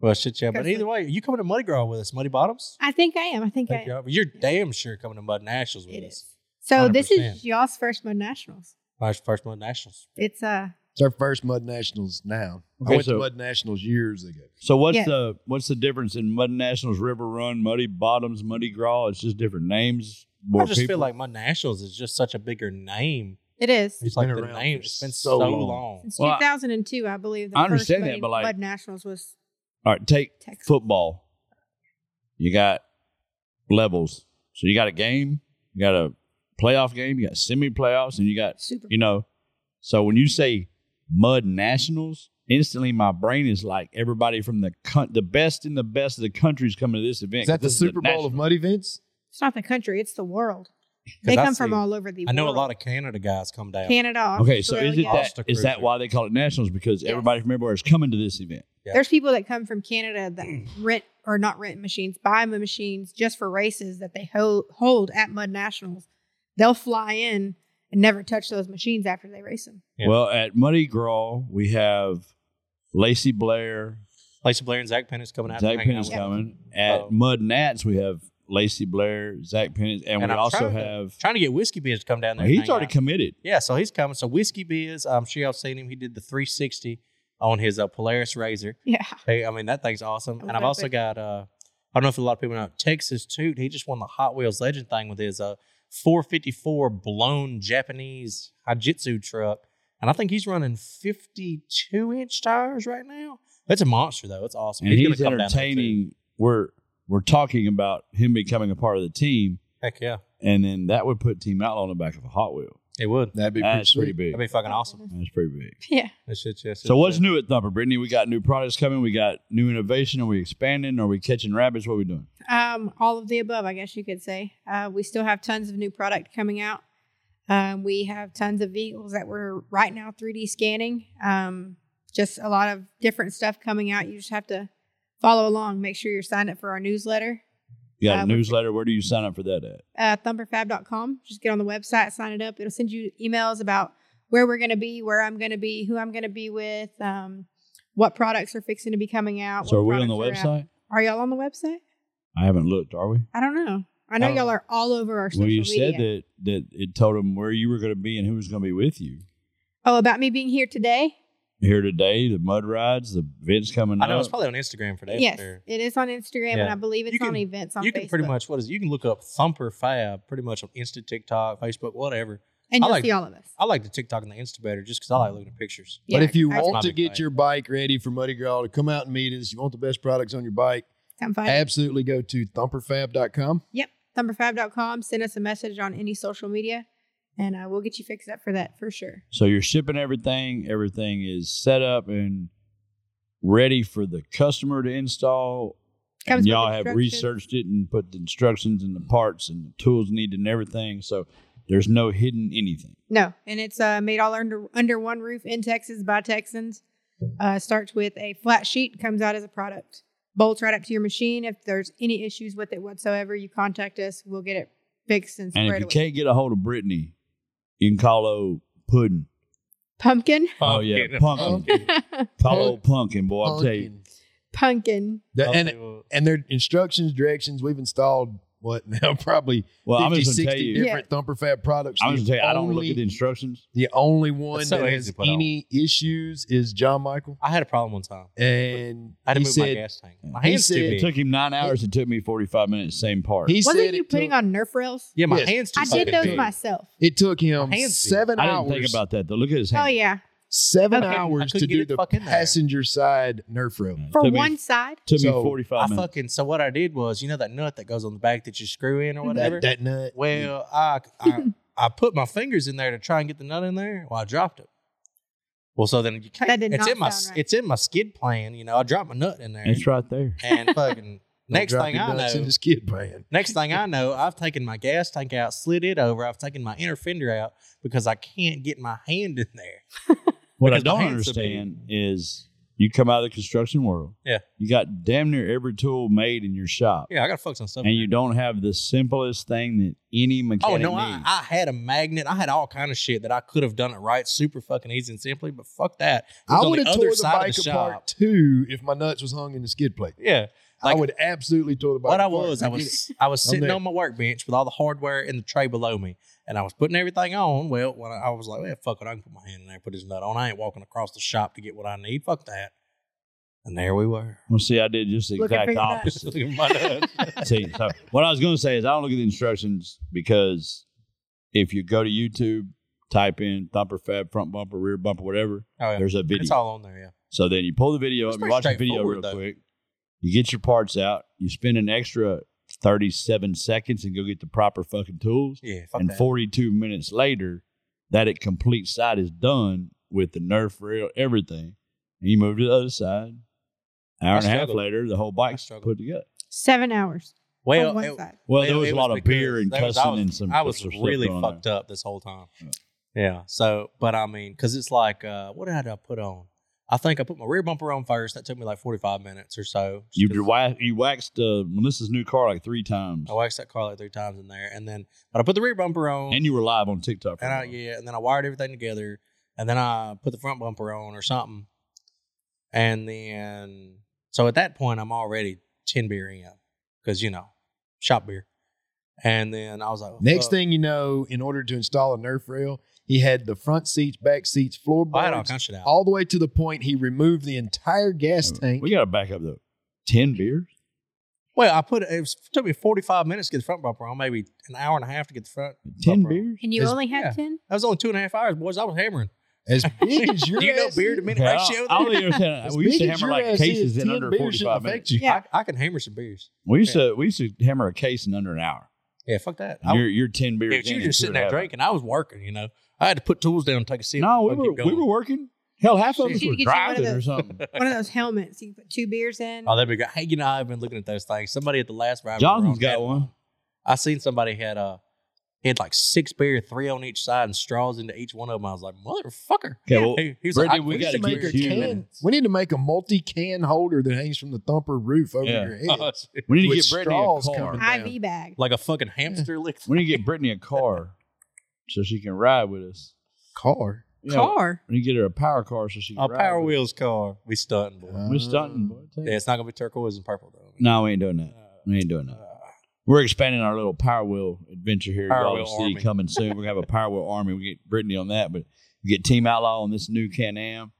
Well, shit, yeah. But either way, you coming to Muddy Gras with us, Muddy Bottoms?
I think I am. I think I
Thank
am.
y'all. You're damn sure coming to Mud Nationals with
It
us.
is. So this
100%.
is y'all's first Mud Nationals.
My first Mud Nationals.
It's uh
It's our first Mud Nationals now.
Okay,
I went
so-
to Mud Nationals years ago.
So what's
Yeah.
the what's the difference in Mud Nationals, River Run, Muddy Bottoms, Muddy Gras? It's just different names, more
I just
people.
feel like Mud Nationals is just such a bigger name.
it is.
It's
been
like the
around
name.
for
It's been so
so
long.
long.
Since
Well, I-
2002, I believe. The
I
first
understand that,
Mud-
but, like-
Mud Nationals was
All right, take
Texas.
football. You got levels. So you got a game, you got a playoff game, you got semi playoffs, and you got,
Super.
you know. So when you say mud nationals, instantly my brain is like everybody from the con- the best in the best of the country's coming to this event.
Is that the
This
Super Bowl of
national-
Mud events?
It's not the country; it's the world. They
'Cause I
come from
see-
all over the.
I know a
world.
lot of Canada guys come down.
Canada.
Okay, so is it
Australia.
that,
Costa
is that
Cruiser.
why they call it nationals? Because
Yes.
everybody from everywhere is coming to this event.
Yeah.
There's people that come from Canada that rent or not rent machines, buy the machines just for races that they hold, hold at Mud Nationals. They'll fly in and never touch those machines after they race them.
Yeah.
Well, at Muddy Gras, we have Lacey Blair,
Lacey Blair and Zach Pennett's coming out.
Zach
and hanging
Pennett's
out with us.
coming. At
Oh.
Mud Nats, we have Lacey Blair, Zach Pennant, and,
And
we
I'm
also
trying to-
have.
Trying to get Whiskey Biz to come down there. and
he's
hang
already
out.
committed.
Yeah, so he's coming. So Whiskey Biz, um, I'm sure y'all seen him. He did the 360 on his uh, Polaris Razor.
Yeah.
Hey, I mean that thing's awesome.
That
And
was
I've also
epic.
got uh I don't know if a lot of people know Texas Toot, he just won the Hot Wheels Legend thing with his uh 454 blown Japanese hijitsu truck. And I think he's running 52 inch tires right now. That's a monster though. It's awesome.
And
gonna
he's,
down there, too.
entertaining. We're we're talking about him becoming a part of the team,
Heck yeah.
and then that would put Team Outlaw on the back of a Hot Wheel.
It would.
That'd be pretty
That's
sweet.
pretty big.
That'd be fucking awesome.
That's pretty big.
Yeah.
That's it, that's it,
So what's
that's
new at Thumper, Brittany? We got new products coming. We got new innovation. Are we expanding? Are we catching rabbits? What are we doing?
Um, all of the above, I guess you could say. Uh, we still have tons of new product coming out. Um, we have tons of vehicles that we're right now 3D scanning. Um, just a lot of different stuff coming out. You just have to follow along. Make sure you're signed up for our newsletter,
You got
Uh,
a
we're-
newsletter. Where do you sign up for that at?
uh, thumperfab.com. Just get on the website, sign it up. It'll send you emails about where we're going to be, where I'm going to be, who I'm going to be with, um, what products are fixing to be coming out.
So
what
are we on the
products are out.
website?
Are y'all on the website?
I haven't looked. Are we?
I don't know. I know
don't
y'all
know.
are all over our social
Well, you
media.
said that that it told them where you were going to be and who was going to be with you.
Oh, about me being here today?
Here today, the mud rides, the events coming
it. I know it's
up.
probably on Instagram for that.
yes,
there.
it is on Instagram, and
Yeah.
I believe it's
You
on
can-
events on
you
Facebook.
can pretty much what is it? you can look up Thumper Fab pretty much on Insta, TikTok, Facebook, whatever.
and
I
you'll
like-
see all of us.
I like the TikTok and the Insta better just because I like looking at pictures.
Yeah,
but if you
I-
want
That's
to
my big
get
thing.
your bike ready for Muddy Grawl to come out and meet us, you want the best products on your bike,
I'm fine.
absolutely go to thumperfab.com.
Thumberfab.com, send us a message on any social media, and uh, we'll get you fixed up for that for sure.
So you're shipping everything. Everything is set up and ready for the customer to install. and
Comes with
y'all have
instructions.
researched it and put the instructions and the parts and the tools needed and everything. So there's no hidden anything.
No, and it's uh, made all under under one roof in Texas by Texans. Uh, starts with a flat sheet, comes out as a product, bolts right up to your machine. If there's any issues with it whatsoever, you contact us. We'll get it fixed and
And if
squared
you
away.
can't get a hold of Brittany, you can call old Puddin.
Pumpkin,
Oh, yeah, pumpkin. Call old Pumpkin, boy. I'll tell you.
pumpkin.
Pumpkin. The- and, and their instructions, directions, we've installed what now? Probably
Well, I'm
50,
just gonna tell
60
you.
different Thumper Fab products.
I'm just
The
gonna tell you. I don't look
only-
at the instructions.
The only one
That's so
that
easy
has
to put on.
any issues is John Michael.
I had a problem one time.
And
I had to
he
move my
said,
gas tank. My
He
hands
said-
too
It
big.
took him nine hours. It took me 45 minutes. Same part.
he
Wasn't
said
you
it
putting
took,
on Nerf rails?
yeah, my
Yes.
hands too
I did
fucking
those
big.
myself.
it took him
My hands did.
seven
I
hours.
didn't think about that. Though. Look at his hand.
Oh yeah,
seven
Okay. I
hours to
couldn't get
do
it
the
the fuck in there.
passenger side Nerf rail.
It
for
took me-
one side.
took me
So,
45
I
minutes.
fucking so what I did was you know that nut that goes on the back that you screw in or
Mm-hmm.
whatever.
That, that nut.
well, I, I I put my fingers in there to try and get the nut in there. Well, I dropped it. Well, so then you can't.
That did
it's
not
in my
sound right.
it's in my skid plan. You know, I dropped my nut in there.
It's right there.
And fucking
Don't
next
drop
thing
your
I
nuts
know,
in his kid pan.
Next thing I know, I've taken my gas tank out, slid it over. I've taken my inner fender out because I can't get my hand in there.
What I
Because my
don't
hands are big.
understand is you come out of the construction world.
Yeah.
You got damn near every tool made in your shop,
Yeah, I got to fuck some stuff.
and you don't have the simplest thing that any mechanic
oh no, I,
needs.
I had a magnet. I had all kind of shit that I could have done it right, super fucking easy and simply. But fuck that. It was
I
on
would have
other
tore the
side of
bike apart too if my nuts was hung in the skid plate.
Yeah,
I
Like-
would absolutely tore the bike
what I
apart.
was, I
get it.
was, I was
I'm
sitting
there.
on my workbench with all the hardware in the tray below me, and I was putting everything on. Well, when I, I was like, well, fuck it, I can put my hand in there, put his nut on. I ain't walking across the shop to get what I need. Fuck that. And there we were.
well, see, I did just the
Looking for
exact
your nuts.
opposite.
Look at my nuts.
See, so what I was going to say is I don't look at the instructions because if you go to YouTube, type in thumper fab, front bumper, rear bumper, whatever,
Oh, yeah.
there's a
It's
video.
all on there, yeah.
So then you pull the video
It's
up, you
pretty
watch the video
straightforward,
real
though.
quick, you get your parts out, you spend an extra 37 seconds and go get the proper fucking tools.
Yeah, fuck
and
that.
42 minutes later, that it complete side is done with the Nerf rail, everything. And you move to the other side. Hour
I
and a half
struggled.
later, the whole bike's
struggled.
put together.
Seven hours on
well,
one
it-
side.
Well,
it-
there was
it
a lot of
because
beer and
there was-
cussing
I was,
and some.
I was
some stuff
really
going
fucked up this whole time. Yeah. So, but I mean, because it's like, uh, what did I put on? I think I put my rear bumper on first. That took me like 45 minutes or so. just
You
'cause
you wa- you waxed uh, Melissa's new car like three times,
I waxed that car like three times in there. And then, but I put the rear bumper on.
and you were live on TikTok. for
and
a
I,
while.
yeah, and then I wired everything together, and then I put the front bumper on or something, and then so at that point I'm already ten beer in because you know shop beer, and then I was like,
Next
fuck.
thing you know, in order to install a Nerf rail, he had the front seats, back seats,
I had all
floorboards,
kinds of shit out.
all the way to the point he removed the entire gas tank.
Um, we got to back up though. Ten beers.
Well, I put it, was, took me forty five minutes to get the front bumper on, maybe an hour and a half to get the front.
Ten
bumper on.
beers.
And you
It's-
only
yeah.
had ten.
That was only two and a half hours, boys. I was hammering.
As big as your
Do you know
ass
beer
is-
to minute
Yeah,
ratio?
I, I don't even understand.
as
we used to
big as
hammer
your
like
ass is,
cases in
10
under
beers shouldn't
forty-five
affect
minutes.
you.
Yeah.
I, I can hammer some beers.
We used to we used to hammer a case in under an hour.
Yeah, fuck that. I,
You're you're ten beers.
dude, you
in
just
and
sitting
two and
there
a half.
drinking. I was working, you know. I had to put tools down and take a sip.
No, we
and
were
keep
we
going.
were working. Hell, half of
Shit.
us
You
were
could get you one of
driving or
those-
something.
One of those helmets you can put two beers in.
Oh, that'd be great. Hey, you know, I've been looking at those things. Somebody at the last ride. we were
Jonathan's
on
got
had-
one.
I seen somebody had uh he had like six beer, three on each side, and straws into each one of them. I was like, motherfucker.
Okay, well,
Hey, he was
Brendan,
I-
we
We,
gotta
need to make
keep
a
you-
can. We need to make a multi-can holder that hangs from the thumper roof over
Yeah.
your head.
we need to
With
get Brittany a
straws
car.
coming.
IV bag.
Oh, like a fucking hamster lick.
We need to get Brittany a car so she can ride with us.
Car.
You know,
Car.
we need to get her a power car so she can
A
ride
Power
with
Wheels car. We stunting, boy.
us. We're stunting. boy. Take
yeah,
it.
it's not gonna be turquoise and purple though.
No, we ain't doing that.
Uh,
We ain't doing that.
uh,
We're expanding our little Power Wheel adventure here.
Power
Y'all
Wheel
will see
Army.
coming soon. We're gonna have a Power Wheel Army. We get Brittany on that, but we get Team Outlaw on this new Can Am.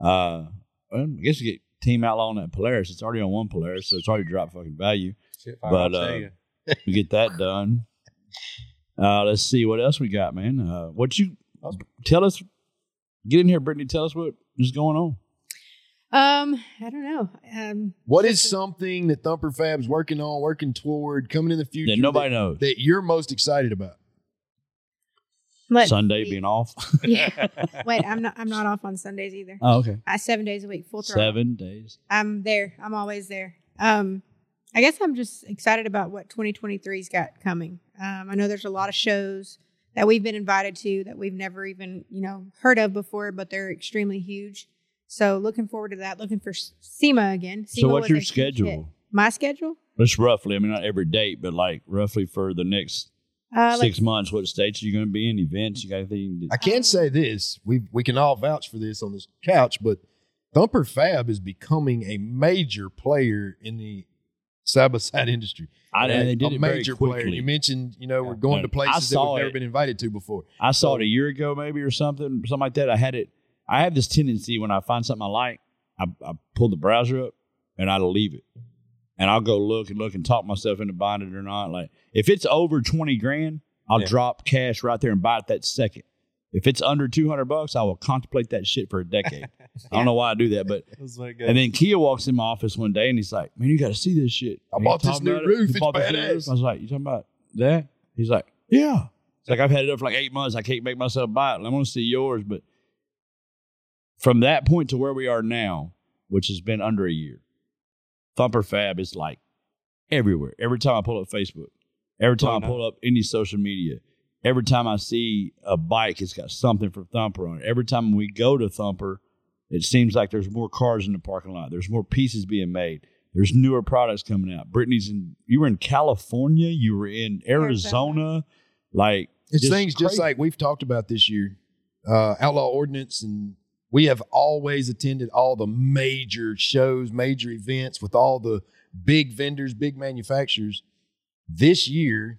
Uh, well, I guess we get Team Outlaw on that Polaris. It's already on one Polaris, so it's already dropped fucking value.
shit,
But,
I'll tell
uh,
you.
We get that done. Uh, let's see what else we got, man. Uh, what you tell us? Get in here, Brittany. Tell us what is going on.
Um, I don't know. Um,
What is something that Thumper Fab's working on, working toward, coming in the future
That nobody knows.
that, that you're most excited about?
let's
Sunday
see.
being off.
Yeah. Wait, I'm not. I'm not off on Sundays either.
oh, okay.
I seven days a week, full throttle.
Seven days.
I'm there. I'm always there. Um, I guess I'm just excited about what 2023's got coming. Um, I know there's a lot of shows that we've been invited to that we've never even you know heard of before, but they're extremely huge. So looking forward to that. Looking for SEMA again.
so
SEMA
what's
was a
your
huge hit.
schedule?
My schedule?
Just roughly. I mean, not every date, but like roughly for the next
Uh, like
six months. What states are you going to be in? Events? You got anything?
I can
Um,
say this: we we can all vouch for this on this couch, but Thumper Fab is becoming a major player in the side by side industry.
I,
Like,
they did
a
it very
major player.
quickly.
You mentioned, you know,
Yeah.
we're going
No,
to
I
places that
saw
we've never
it.
been invited to before.
I saw it a year ago, maybe or something, something like that. I had it. I have this tendency when I find something I like, I, I pull the browser up and I leave it, and I'll go look and look and talk myself into buying it or not. Like if it's over twenty grand, I'll
Yeah.
drop cash right there and buy it that second. If it's under two hundred bucks, I will contemplate that shit for a decade. I don't know why I do that, but
It was like, uh,
And then Kia walks in my office one day and he's like, "Man, you got to see this shit."
I
And
bought
he
this
talked
new
about it.
roof.
You
It's
bought this new
badass.
roof? I was like, "You talking about that?" He's like, "Yeah." It's like I've had it up for like eight months. I can't make myself buy it. I want to see yours, but from that point to where we are now, which has been under a year, Thumper Fab is like everywhere. Every time I pull up Facebook, every
Oh,
time I
no.
pull up any social media, every time I see a bike, it's got something from Thumper on it. Every time we go to Thumper, it seems like there's more cars in the parking lot. There's more pieces being made. There's newer products coming out. Brittany's in. You were in California. You were in Arizona.
Arizona.
Like
It's
just
things just
crazy.
like we've talked about this year, uh, outlaw ordinance, and we have always attended all the major shows, major events with all the big vendors, big manufacturers. This year,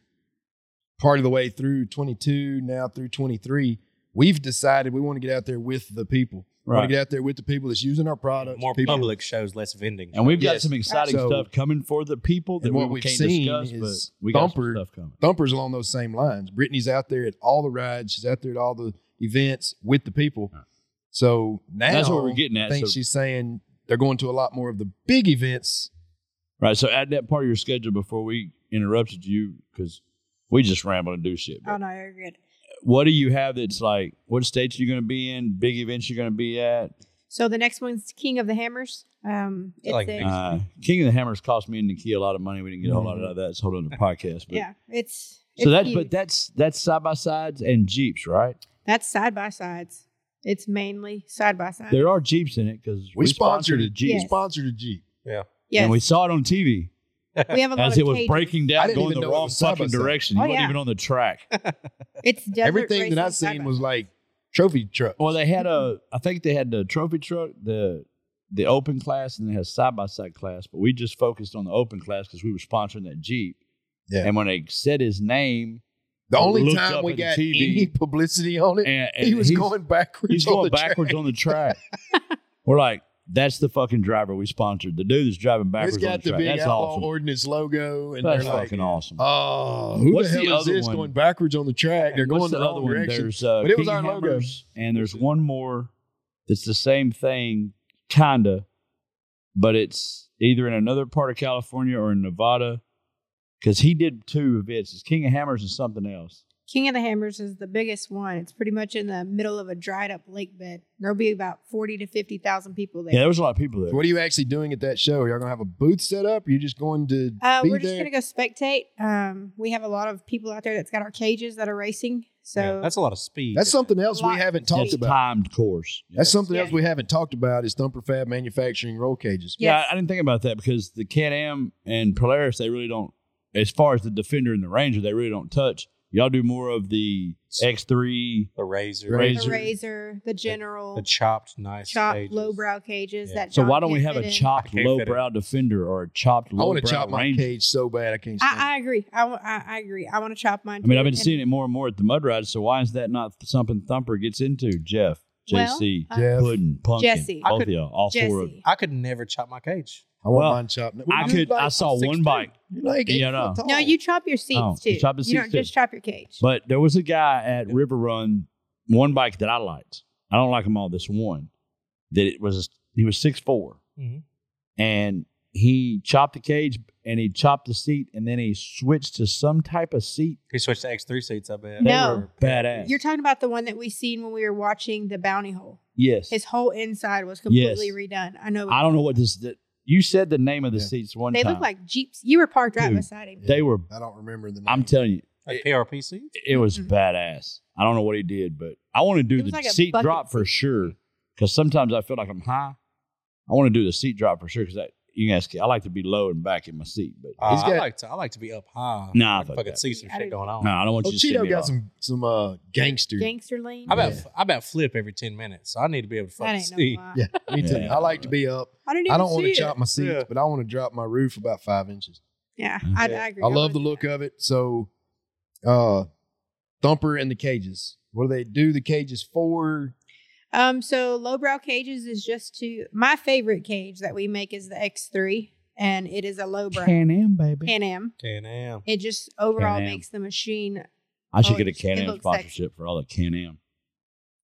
part of the way through 22, now through 23, we've decided we want to get out there with the people. We want
Right.
to get out there with the people that's using our products.
uh, more
people,
public shows, less vending.
And we've got
Yes.
some exciting
So-
stuff coming for the people that
And what
we
we've
can't
seen
discuss,
is
but we got
Thumper-
some stuff coming.
Thumper's along those same lines. Brittany's out there at all the rides. She's out there at all the events with the people. So now
That's what we're getting
I
at.
think
so-
she's saying they're going to a lot more of the big events.
right. So add that part of your schedule before we interrupted you because we just ramble and do shit. but
oh no, you're good.
What do you have that's like? What states you're going to be in? Big events you're going to be at?
So the next one's King of the Hammers. Um, it's
like
a-
Big
Uh, King of the Hammers cost me and Nikki a lot of money. We didn't get a whole lot out of that. It's a whole other podcast. But,
yeah, it's, it's
So that's
huge.
but that's that's side by sides and jeeps, right?
That's side by sides. It's mainly side by side.
There are jeeps in it because
We, sponsored a Jeep.
jeep,
Uh, Yes.
Sponsored a Jeep.
Yes,
and we
we,
saw it on TV.
have a lot
as
of
it was
cages.
breaking
I
down,
didn't
going
even
the
know it
wrong
was side by
fucking
side.
direction.
Oh,
you weren't
yeah.
even on the track.
It's desert
Everything that I
racing side
seen
by
was
side.
like trophy truck.
well, they had a, I think they had the trophy truck, the the open class, and they had side by side class. But we just focused on the open class because we were sponsoring that Jeep.
Yeah.
And when they said his name,
The only
Looked up
time we
at the
got
TV.
any publicity on it,
and, and
he was
he's-
going backwards.
He's
on
going
the
backwards
track.
on the track. We're like, that's the fucking driver we sponsored. The dude that's driving backwards
It's
on
got
the
the
track.
big
That's
outlaw
awesome.
ordinance logo, and
That's
they're like,
fucking awesome.
"Oh, who
What's
the
the
hell is
other
this
one?
going backwards on the track? They're
What's
going the,
other
wrong
one?
direction."
There's, uh,
But it was
King
our logo.
Hammers, and there's one more that's the same thing, kinda, but it's either in another part of California or in Nevada. because he did two events. It's King of Hammers and something else.
King of the Hammers is the biggest one. It's pretty much in the middle of a dried up lake bed. There'll be about forty to fifty thousand people there.
Yeah, there was a lot of people there.
So what are you actually doing at that show? Y'all gonna have a booth set up? Or you just going to
Uh,
be
we're just
there?
gonna go spectate. Um, we have a lot of people out there that's got our cages that are racing. So
Yeah, that's a lot of speed.
That's something else we
Lot.
haven't talked
It's a
about.
timed course.
That's something
Yeah.
else we haven't talked about is Thumper Fab manufacturing roll cages.
Yeah,
Yes.
I, I didn't think about that because the Can Am and Polaris, they really don't, as far as the Defender and the Ranger, they really don't touch. Y'all do more of the X3.
the razor,
Razor.
the razor, the general,
the chopped nice,
chopped
stages.
lowbrow cages.
Yeah.
That
So
John
why don't we
can't
have
fit
a
in.
I
chopped
can't fit
lowbrow Defender or a chopped
I want
lowbrow
to chop my
Ranger?
cage so bad I can't. Stand
I, I agree. I, wa- I, I agree. I want to chop mine.
I mean, I've
too.
been
And-
seeing it more and more at the mud rides. So why is that not something Thumper gets into? Jeff,
Well,
JC,
uh,
Jeff,
Puddin, Pumpkin,
Jesse. I
both
could-
of y'all, all four of you.
Jesse.
I could never chop my cage.
I want
Well,
mine chopped.
I could. I saw one bike,
You're like eight
You know.
foot tall.
No, you chop your seats
Oh,
too.
you
You,
chop the seats
don't
too.
just chop your cage.
but there was a guy at River Run, one bike that I liked. I don't like them all. This one that it was. He was six Mm-hmm.
Mhm.
and he chopped the cage and he chopped the seat, and then he switched to some type of seat.
He switched to X three seats. I bet.
They
No.
were badass.
You're talking about the one that we seen when we were watching the bounty hole.
yes,
His whole inside was completely
Yes.
redone. I know.
I don't know what this. That, you said the name of the
Yeah.
seats one
They
time.
look like jeeps. You were parked right
Dude.
beside him.
they were.
I don't remember the name.
I'm telling you,
Like PRP seats.
it was
Mhm.
badass. I don't know what he did, but I want to do
It
the
was like a
seat
bucket
drop for
seat.
sure. Because sometimes I feel like I'm high. I want to do the seat drop for sure. Because you can ask. I like to be low and back in my seat, but
Uh,
got-
I like to. I like to be up high.
Nah,
I
fuck
fucking
that.
see some
I
shit
do
going on.
no, I don't want
Oh,
you to see
Cheeto
me.
got
off.
some some uh, gangster.
Gangster lane.
I about
Yeah.
I about flip every ten minutes. I need to be able to
That
fucking
ain't
see.
no lie.
Yeah, me too.
Yeah.
I like to be up.
I don't even
I don't want
see
to
it.
chop my seats,
Yeah.
but I want to drop my roof about five inches.
Yeah, I,
Yeah.
I agree.
I
wanna
love the
do
look
that.
of it. So, uh, Thumper and the cages. What do they do? The cages for?
Um, so lowbrow cages is just to my favorite cage that we make is the X3, and it is a lowbrow Pan
Can Am, baby.
Am.
Ten am.
It just overall
Can-Am.
makes the machine.
I should
Oh,
get a
it
Can Am
looks
sponsorship for all the Can Am.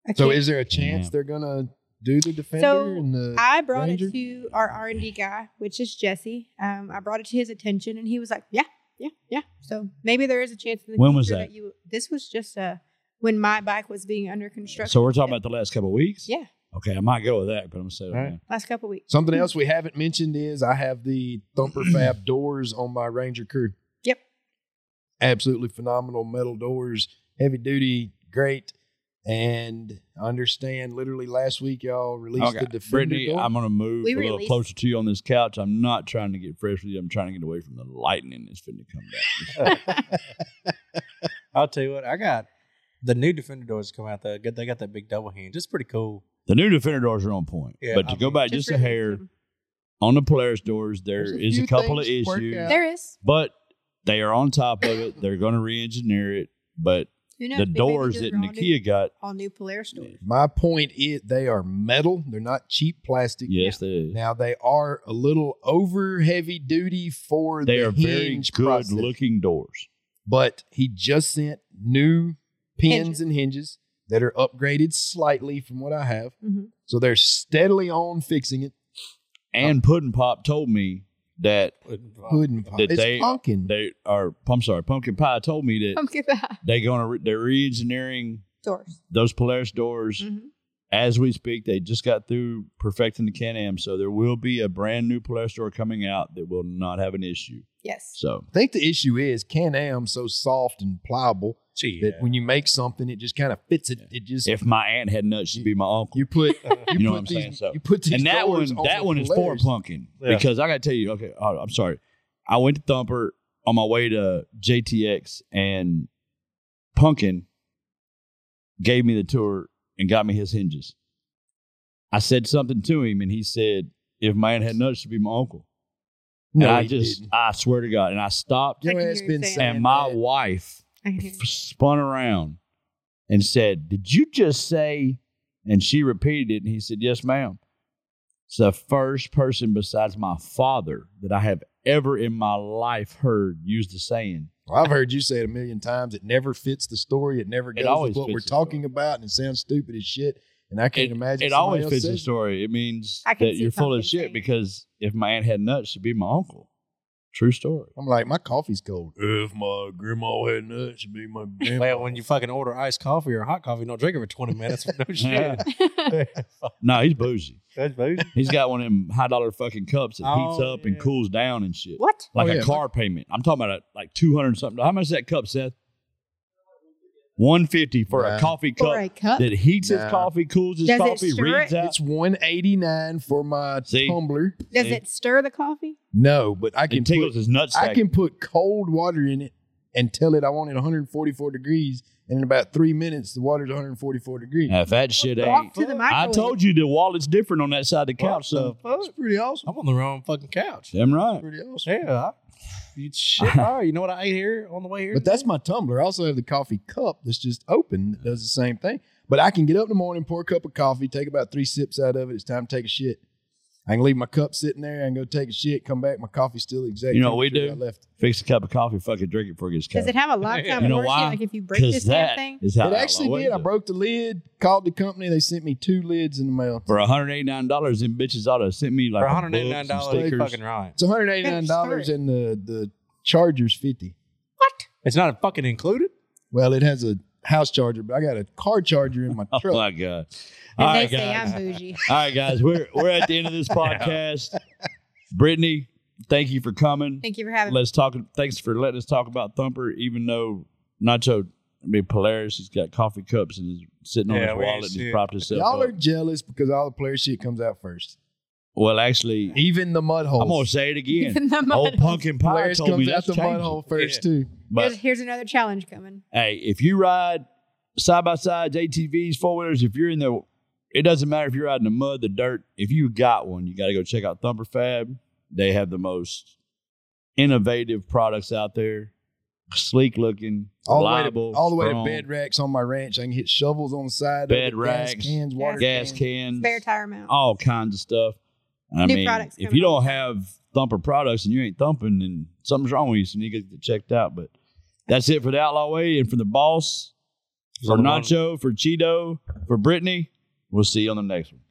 I
So,
can't-
is there a chance
Yeah.
they're gonna do the defender
So,
and the?
I brought
Ranger?
it to our R and D guy, which is Jesse. Um, I brought it to his attention, and he was like, "Yeah, yeah, yeah." So maybe there is a chance. In the
When was
future
that?
you, this was just uh when my bike was being under construction.
So we're talking about the last couple of weeks.
Yeah.
Okay, I might go with that, but I'm gonna say that
All right.
now.
last couple weeks.
Something else we haven't mentioned is I have the Thumper Fab doors on my Ranger Crew.
Yep.
Absolutely phenomenal metal doors, heavy duty, great. And I understand literally last week y'all released
Okay,
the Defender
Brittany,
door.
I'm gonna move
We
a little
released-
closer to you on this couch. I'm not trying to get fresh with you. I'm trying to get away from the lightning that's finna come down.
I'll tell you what. I got the new Defender doors come out. The they got that big double hinge. It's pretty cool.
The new Defender doors are on point,
Yeah,
but to
I
go
mean-
back just, a
released
hair
them.
on the Polaris doors, there
There's a
is a
few
couple of
things to work
issues,
out.
There is.
but they are on top of it. They're going to re-engineer it, but
Who knows?
the
Maybe
doors
these
that
are all new-
Nakia got,
all new Polaris doors.
my point is they are metal. They're not cheap plastic.
yes, they
Now they are a little over heavy duty for
they
the
are very
hinge
good
process.
looking doors.
but he just sent new pins and hinges that are upgraded slightly from what I have.
Mhm.
So they're steadily on fixing it. Uh,
And Puddin Pop told me Uh, that
Hood and pop.
Did
It's
they-
pumpkin.
they are. I'm sorry, Pumpkin Pie told me that
Come get that.
they're going to re- they're re-engineering
Doors.
those Polaris
Mm-hmm.
doors
Mhm.
as we speak. They just got through perfecting the Can Am, so there will be a brand new Polaris door coming out that will not have an issue.
Yes.
So
I think the issue is Can Am so soft and pliable
Gee,
that when you make something, it just kind of fits it. It just
if my aunt had nuts, she'd be my uncle.
you put
You
you,
know
put
what I'm
these,
saying? So-
you put these
and that one,
doors on
that
the
one is for
pillars.
pumpkin
Yeah.
because I got to tell you. Okay, oh, I'm sorry. I went to Thumper on my way to JTX, and Pumpkin gave me the tour and got me his hinges. I said something to him, and he said, "If man had nuts, to be my uncle."
No,
and I
he
just,
didn't.
I swear to God, and I stopped,
I
Your
can
ass
hear
been
you saying
saying
and my
that.
wife
I hear you.
f- spun around and said, Did you just say? And she repeated it. And he said, Yes, ma'am. It's the first person besides my father that I have ever in my life heard use the saying.
Well, I've heard you say it a million times. It never fits the story. It never goes
always
with what
fits
we're
the story.
talking about, and it sounds stupid as shit. And I can't imagine
It
somebody
always
else
fits the
says it.
story. It means
I can
that
see
you're full of
pumpkin
shit
saying.
because if my aunt had nuts, she'd be my uncle. True story.
I'm like, my coffee's cold. If my grandma had nuts, it'd be my grandma.
Well, when you fucking order iced coffee or hot coffee, don't drink it for 20 minutes. No shit.
No, he's bougie.
That's bougie.
He's got one of them high dollar fucking cups that heats
Oh,
up
yeah.
and cools down and shit.
what?
Like
Oh,
a
yeah.
car payment. I'm talking about a, like 200 and something. How much is that cup, Seth? 150 for
Nah.
a coffee cup
For a cup?
that heats his
Nah.
coffee, cools his
Does it
coffee,
stir
reads
it?
out.
it's 189 for my
See?
tumbler.
Does
See?
it stir the coffee?
No, but I can
It tickles
put,
his nutsack.
I can put cold water in it and tell it I want it 144 degrees, and in about three minutes the water's 144 degrees.
Now, if that shit
Walk
ain't.
to the
I
microwave.
told you the wallet's different on that side of the couch, so.
That's pretty awesome.
I'm on the wrong fucking couch.
Damn right.
Pretty awesome.
Yeah. I, you shit.
Uh-huh.
Oh, you know what I ate here on the way here?
But that's my tumbler. I also have the coffee cup that's just open that does the same thing. But I can get up in the morning, pour a cup of coffee, take about three sips out of it. It's time to take a shit. I can leave my cup sitting there. I can go take a shit, come back. My coffee's still exactly.
You know what we
temperature
do?
I left.
Fix a cup of coffee, fucking drink it before it gets cold.
Does it have a lifetime
You know
warranty?
why?
Like if you break
Because
this damn
that
thing?
is how
It actually
outlaw
did. I
is.
broke the lid, called the company. They sent me two lids in the mail.
for $189, them bitches ought to send me like
for
a book, some
$189, you
stickers.
fucking right.
It's one hundred eighty nine dollars, and the the charger's fifty.
What?
It's not fucking included?
Well, it has a house charger, but I got a car charger in my
Oh
truck.
my god! All
And they
right,
say I'm
guys.
bougie.
All right, guys. We're we're at the end of this podcast. Brittany, thank you for coming.
Thank you for having me.
Let's talk. Thanks for letting us talk about Thumper, even though Nacho, I mean Polaris, he's got coffee cups and is sitting
Yeah,
on his
we ain't
wallet and he's
shit.
propped himself
Y'all
up.
are jealous because all the player shit comes out first.
well, actually,
Even the mud holes.
I'm gonna say it again.
Even the
Old
mud-
pumpkin pie
Polaris
told me
comes out
that's
the mud hole
changing.
first too.
But
Here's, here's another challenge coming.
hey, if you ride side by sides, ATVs, four wheelers, if you're in the, it doesn't matter if you're riding the mud, the dirt. If you got one, you got to go check out Thumper Fab. They have the most innovative products out there, sleek looking,
All the way to,
reliable,
all the way
strong,
to bed racks on my ranch. I can hit shovels on the side.
Bed
of it, gas
racks,
cans, water
gas
cans.
cans,
Spare tire mount.
all kinds of stuff. I
New
mean,
products
if
coming
you don't
out.
have Thumper products and you ain't thumping, then something's wrong with you. So you need to get it checked out. But that's it for the Outlaw Way and for the boss. for
On the one-
Nacho, for Cheeto, for Brittany. We'll see you on the next one.